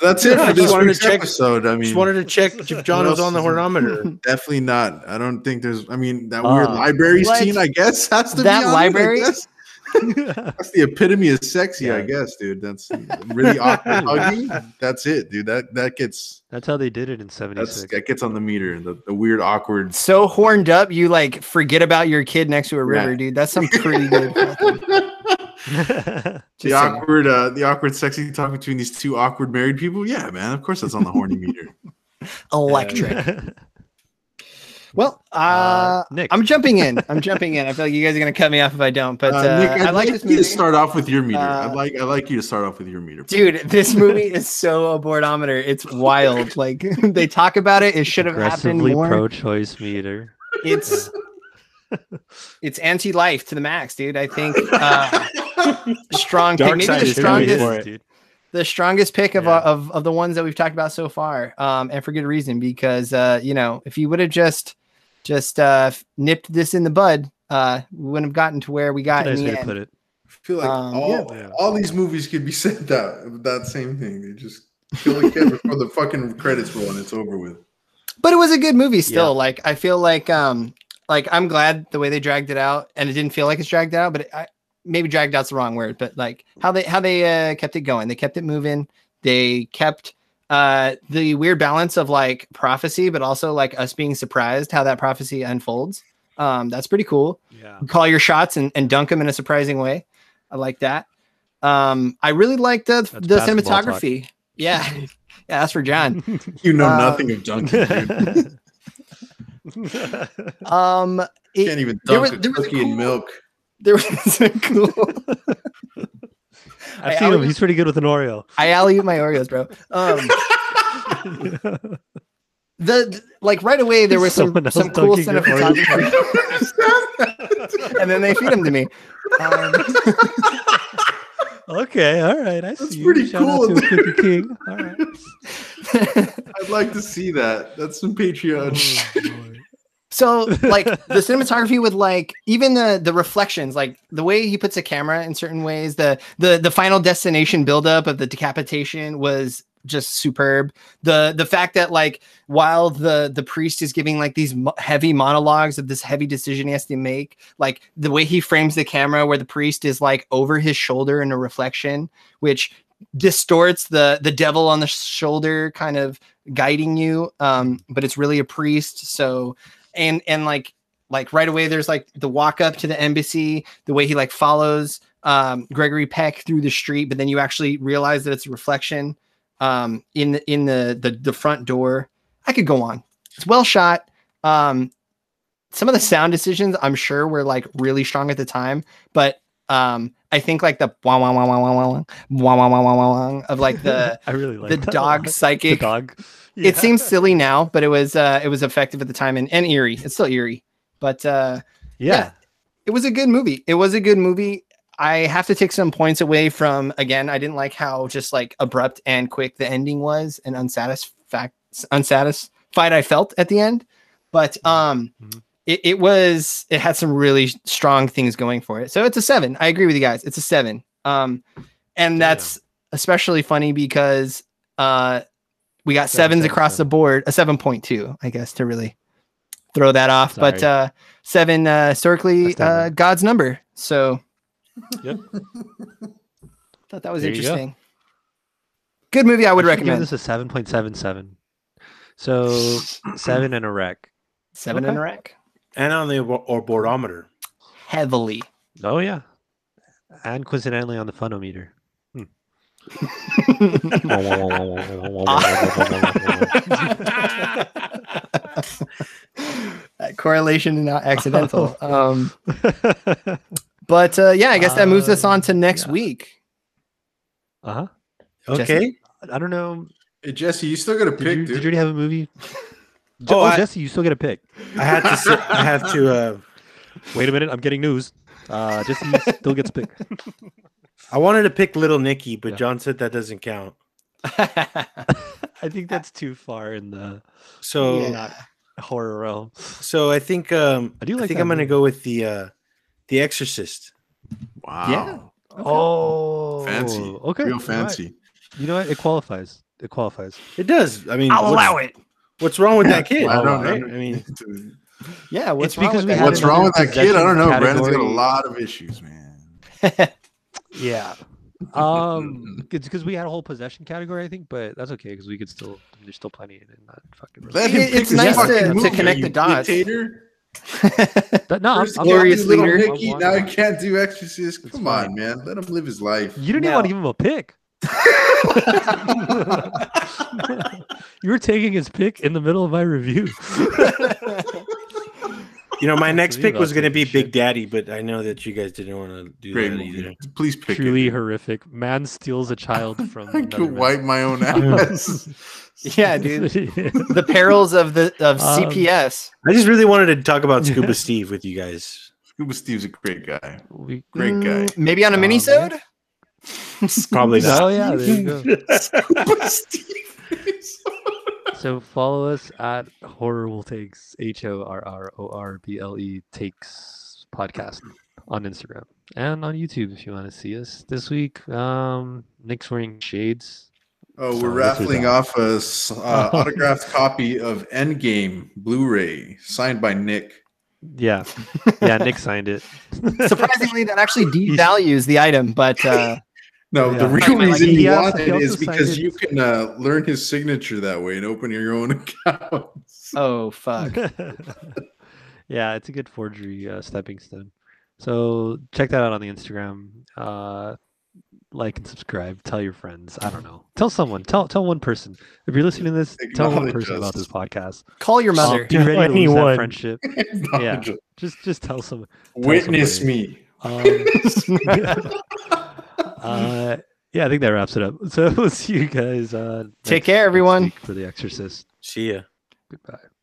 that's it
I
for
just
this
wanted to
week's
check-
episode. I mean,
Just wanted to check if John
What
was
else
on the
is in-
hornometer.
definitely not. I don't think there's. I mean, that
Ah.
weird library
What?
scene. I guess has to be
That
on it, I
library?
guess. That's the epitome of sexy, I
Yeah.
guess, dude. That's really awkward hugging. That's it, dude. That that gets
That's how they did it in
that's
'76.
that gets on the meter. The, the weird awkward.
so horned up, you like forget about your kid next to a river,
Yeah.
dude. That's some pretty good. fucking-
The
just saying.
awkward, uh, the awkward, sexy talk between these two awkward married people. Yeah, man. Of course, that's on the horny meter.
electric. Well, uh,
Nick.
I'm jumping in. I'm jumping in. I feel like you guys are gonna cut me off if I don't. But uh,
Nick, I'd
I like this
you
movie.
to start off with your meter.
Uh,
I'd like I like you to start off with your meter.
Dude, this movie is so a boardometer. It's wild. Like they talk about it. It should have happened
aggressively
more.
pro-choice meter.
it's it's anti-life to the max, dude. I think uh, strong. Pick,
Dark
maybe
side
the
is coming
strongest,
for it.
dude.
the strongest pick of,
Yeah.
of of the ones that we've talked about so far, um, and for good reason because uh, you know if you would have just just uh, nipped this in the bud, uh, we wouldn't have gotten to where we got
Nice
in
way
the
to
end.
put it.
I feel like
Um,
all,
yeah.
all these movies could be said that that same thing. They just kill a kid before the fucking credits roll and it's over with.
but it was a good movie still like i feel like um like i'm glad the way they dragged it out and it didn't feel like it's dragged out but it, I, maybe dragged out's the wrong word but like how they how they uh, kept it going they kept it moving they kept uh the weird balance of like prophecy but also like us being surprised how that prophecy unfolds um that's pretty cool
Yeah.
call your shots and, and dunk them in a surprising way i like that um i really liked the
That's
the
basketball talk.
cinematography yeah yeah that's for john
You know
Uh,
nothing of dunking. Dude.
um it-
Can't even dunk
there was-
a
there was a
cookie in
cool-
milk.
there was a cool. I,
I've seen him. He's pretty good with an Oreo.
alley my Oreos, bro. Um, the th- like right away there was
Someone
some
else
some cool
dunking your
cinematography, and then they feed them to me. Um,
okay, all right. I see. you.
pretty
Shout out
cool.
to Cookie King. All right.
Um,
I'd like to see that. That's some
Oh,
Mm.
Patreon.
so like the cinematography with like even the the reflections, like the way he puts a camera in certain ways, the the the final destination buildup of the decapitation was just superb. The the fact that like while the the priest is giving like these mo- heavy monologues of this heavy decision he has to make like the way he frames the camera where the priest is like over his shoulder in a reflection which distorts the the devil on the shoulder kind of guiding you um but it's really a priest so and and like like right away there's like the walk up to the embassy the way he like follows um gregory peck through the street but then you actually realize that it's a reflection um in the in the the, the front door I could go on. It's well shot. Um, some of the sound decisions I'm sure were like really strong at the time, but um, I think like the wah wah wah wah wah wah wah wah wah wah wah wah wah of like the
I really like
the
that a
dog
lot.
psychic.
The dog.
It seems silly now, but it was uh, it was effective at the time and, and eerie. It's still eerie, but uh,
Yeah.
it was a good movie. It was a good movie. I have to take some points away from again. I didn't like how just like abrupt and quick the ending was, and unsatisfact unsatisfied I felt at the end. But um,
Mhm.
it, it was it had some really strong things going for it. So it's a seven. I agree with you guys. It's a seven. Um, and that's especially funny because uh, we got
Seven,
sevens
seven,
across
seven.
the board. A seven point two, I guess, to really throw that off. But
Sorry.
uh, seven uh historically
That's not
uh
right.
god's number so
Yep.
thought that was
There you go.
interesting good movie i would
I should give
recommend
this a seven point seven seven. So seven and a wreck.
seven in a rack
and on the or- or boardometer.
heavily
Oh yeah. And coincidentally on the Hmm. funometer.
that correlation is not accidental
Oh.
um but uh yeah i guess that moves us on to
Um,
next
yeah.
week
uh huh.
Jesse?
Okay.
I don't know.
hey, Jesse, you still got to
Did,
pick,
you, did you already
dude.
have a movie? Je-
Oh,
oh,
I-
Jesse, you still get a pick.
I had to. Sit, I have to. Uh,
Wait a minute, I'm getting news. Uh, Jesse still gets a pick.
I wanted to pick Little Nicky, but
Yeah.
John said that doesn't count.
I think that's too far in the
So,
Yeah.
horror realm.
so I think um,
I do
I
like
think
that
I'm gonna
movie.
go with the uh, the Exorcist.
Wow.
Oh,
Fancy.
Okay,
Real
all right.
fancy.
You know what? It qualifies. It qualifies.
It does. I mean,
i'll
what's,
allow it
What's wrong with that kid?
I don't
Right?
know.
I mean,
yeah what's
It's
wrong
because
with
we
that?
had
What's
another
wrong with that kid? I don't know.
possession
Brandon's got a
category.
lot of issues, man.
Yeah. Um, it's because we had a whole possession category, I think, but that's okay because we could still. There's still plenty in that fucking. room.
Let
It-
him
it's
pick his
nice
fucking
to- to
movie,
connect
you
the dots.
Dictator.
That- no, I'm,
First
I'm
he got
Glorious
Little
leader.
Nicky,
I'm
now he
lying.
can't do Exorcist.
It's
Come
fine.
on, man. Let him live his life.
You didn't even want
No.
to give him a pick. you were taking his pick in the middle of my review.
You know, my next
Leave
pick
out
was going to be
this
Big
shit.
Daddy, but I know that you guys didn't want to do
Great
that
movie.
either.
Please pick
Truly
it.
horrific. Man steals a child from.
I
another
could
man.
wipe my own ass.
Yeah, dude. The perils of the of
Um,
CPS.
I just really wanted to talk about
Yeah.
Scuba Steve with you guys.
Scuba Steve's a great guy.
we,
Great guy.
Mm, Maybe on a
Oh,
Um,
mini sode?
Probably not.
oh yeah, there you go.
Scuba Steve.
So follow us at Horrible Takes H O R R O R B L E Takes podcast on Instagram and on YouTube if you want to see us this week. Um, Nick's wearing shades.
Oh,
So
we're
this is
raffling
a-
off a s- uh, autographed copy of Endgame Blu-ray signed by Nick.
Yeah, yeah. Nick signed it.
Surprisingly, that actually devalues the item, but uh,
No,
Yeah.
the
Sorry,
real
my-
reason
he
you
also-
want
he
it
also
is because
cited-
you can uh, learn his signature that way and open your own account.
oh fuck.
yeah, it's a good forgery uh, stepping stone. So check that out on the Instagram. Uh, like and subscribe. Tell your friends. I don't know. Tell someone. Tell tell one person. If you're listening to this, tell one
Acknowledge
person about
us.
this podcast.
Call your
Um,
mother.
be ready to lose that
Anyone.
friendship.
Not
Yeah.
just-
Just just tell someone.
Witness me.
Um, uh, yeah, I think that wraps it up. So we'll see you guys. Uh,
Take
next-
care,
next
everyone.
week for The Exorcist.
See ya.
Goodbye.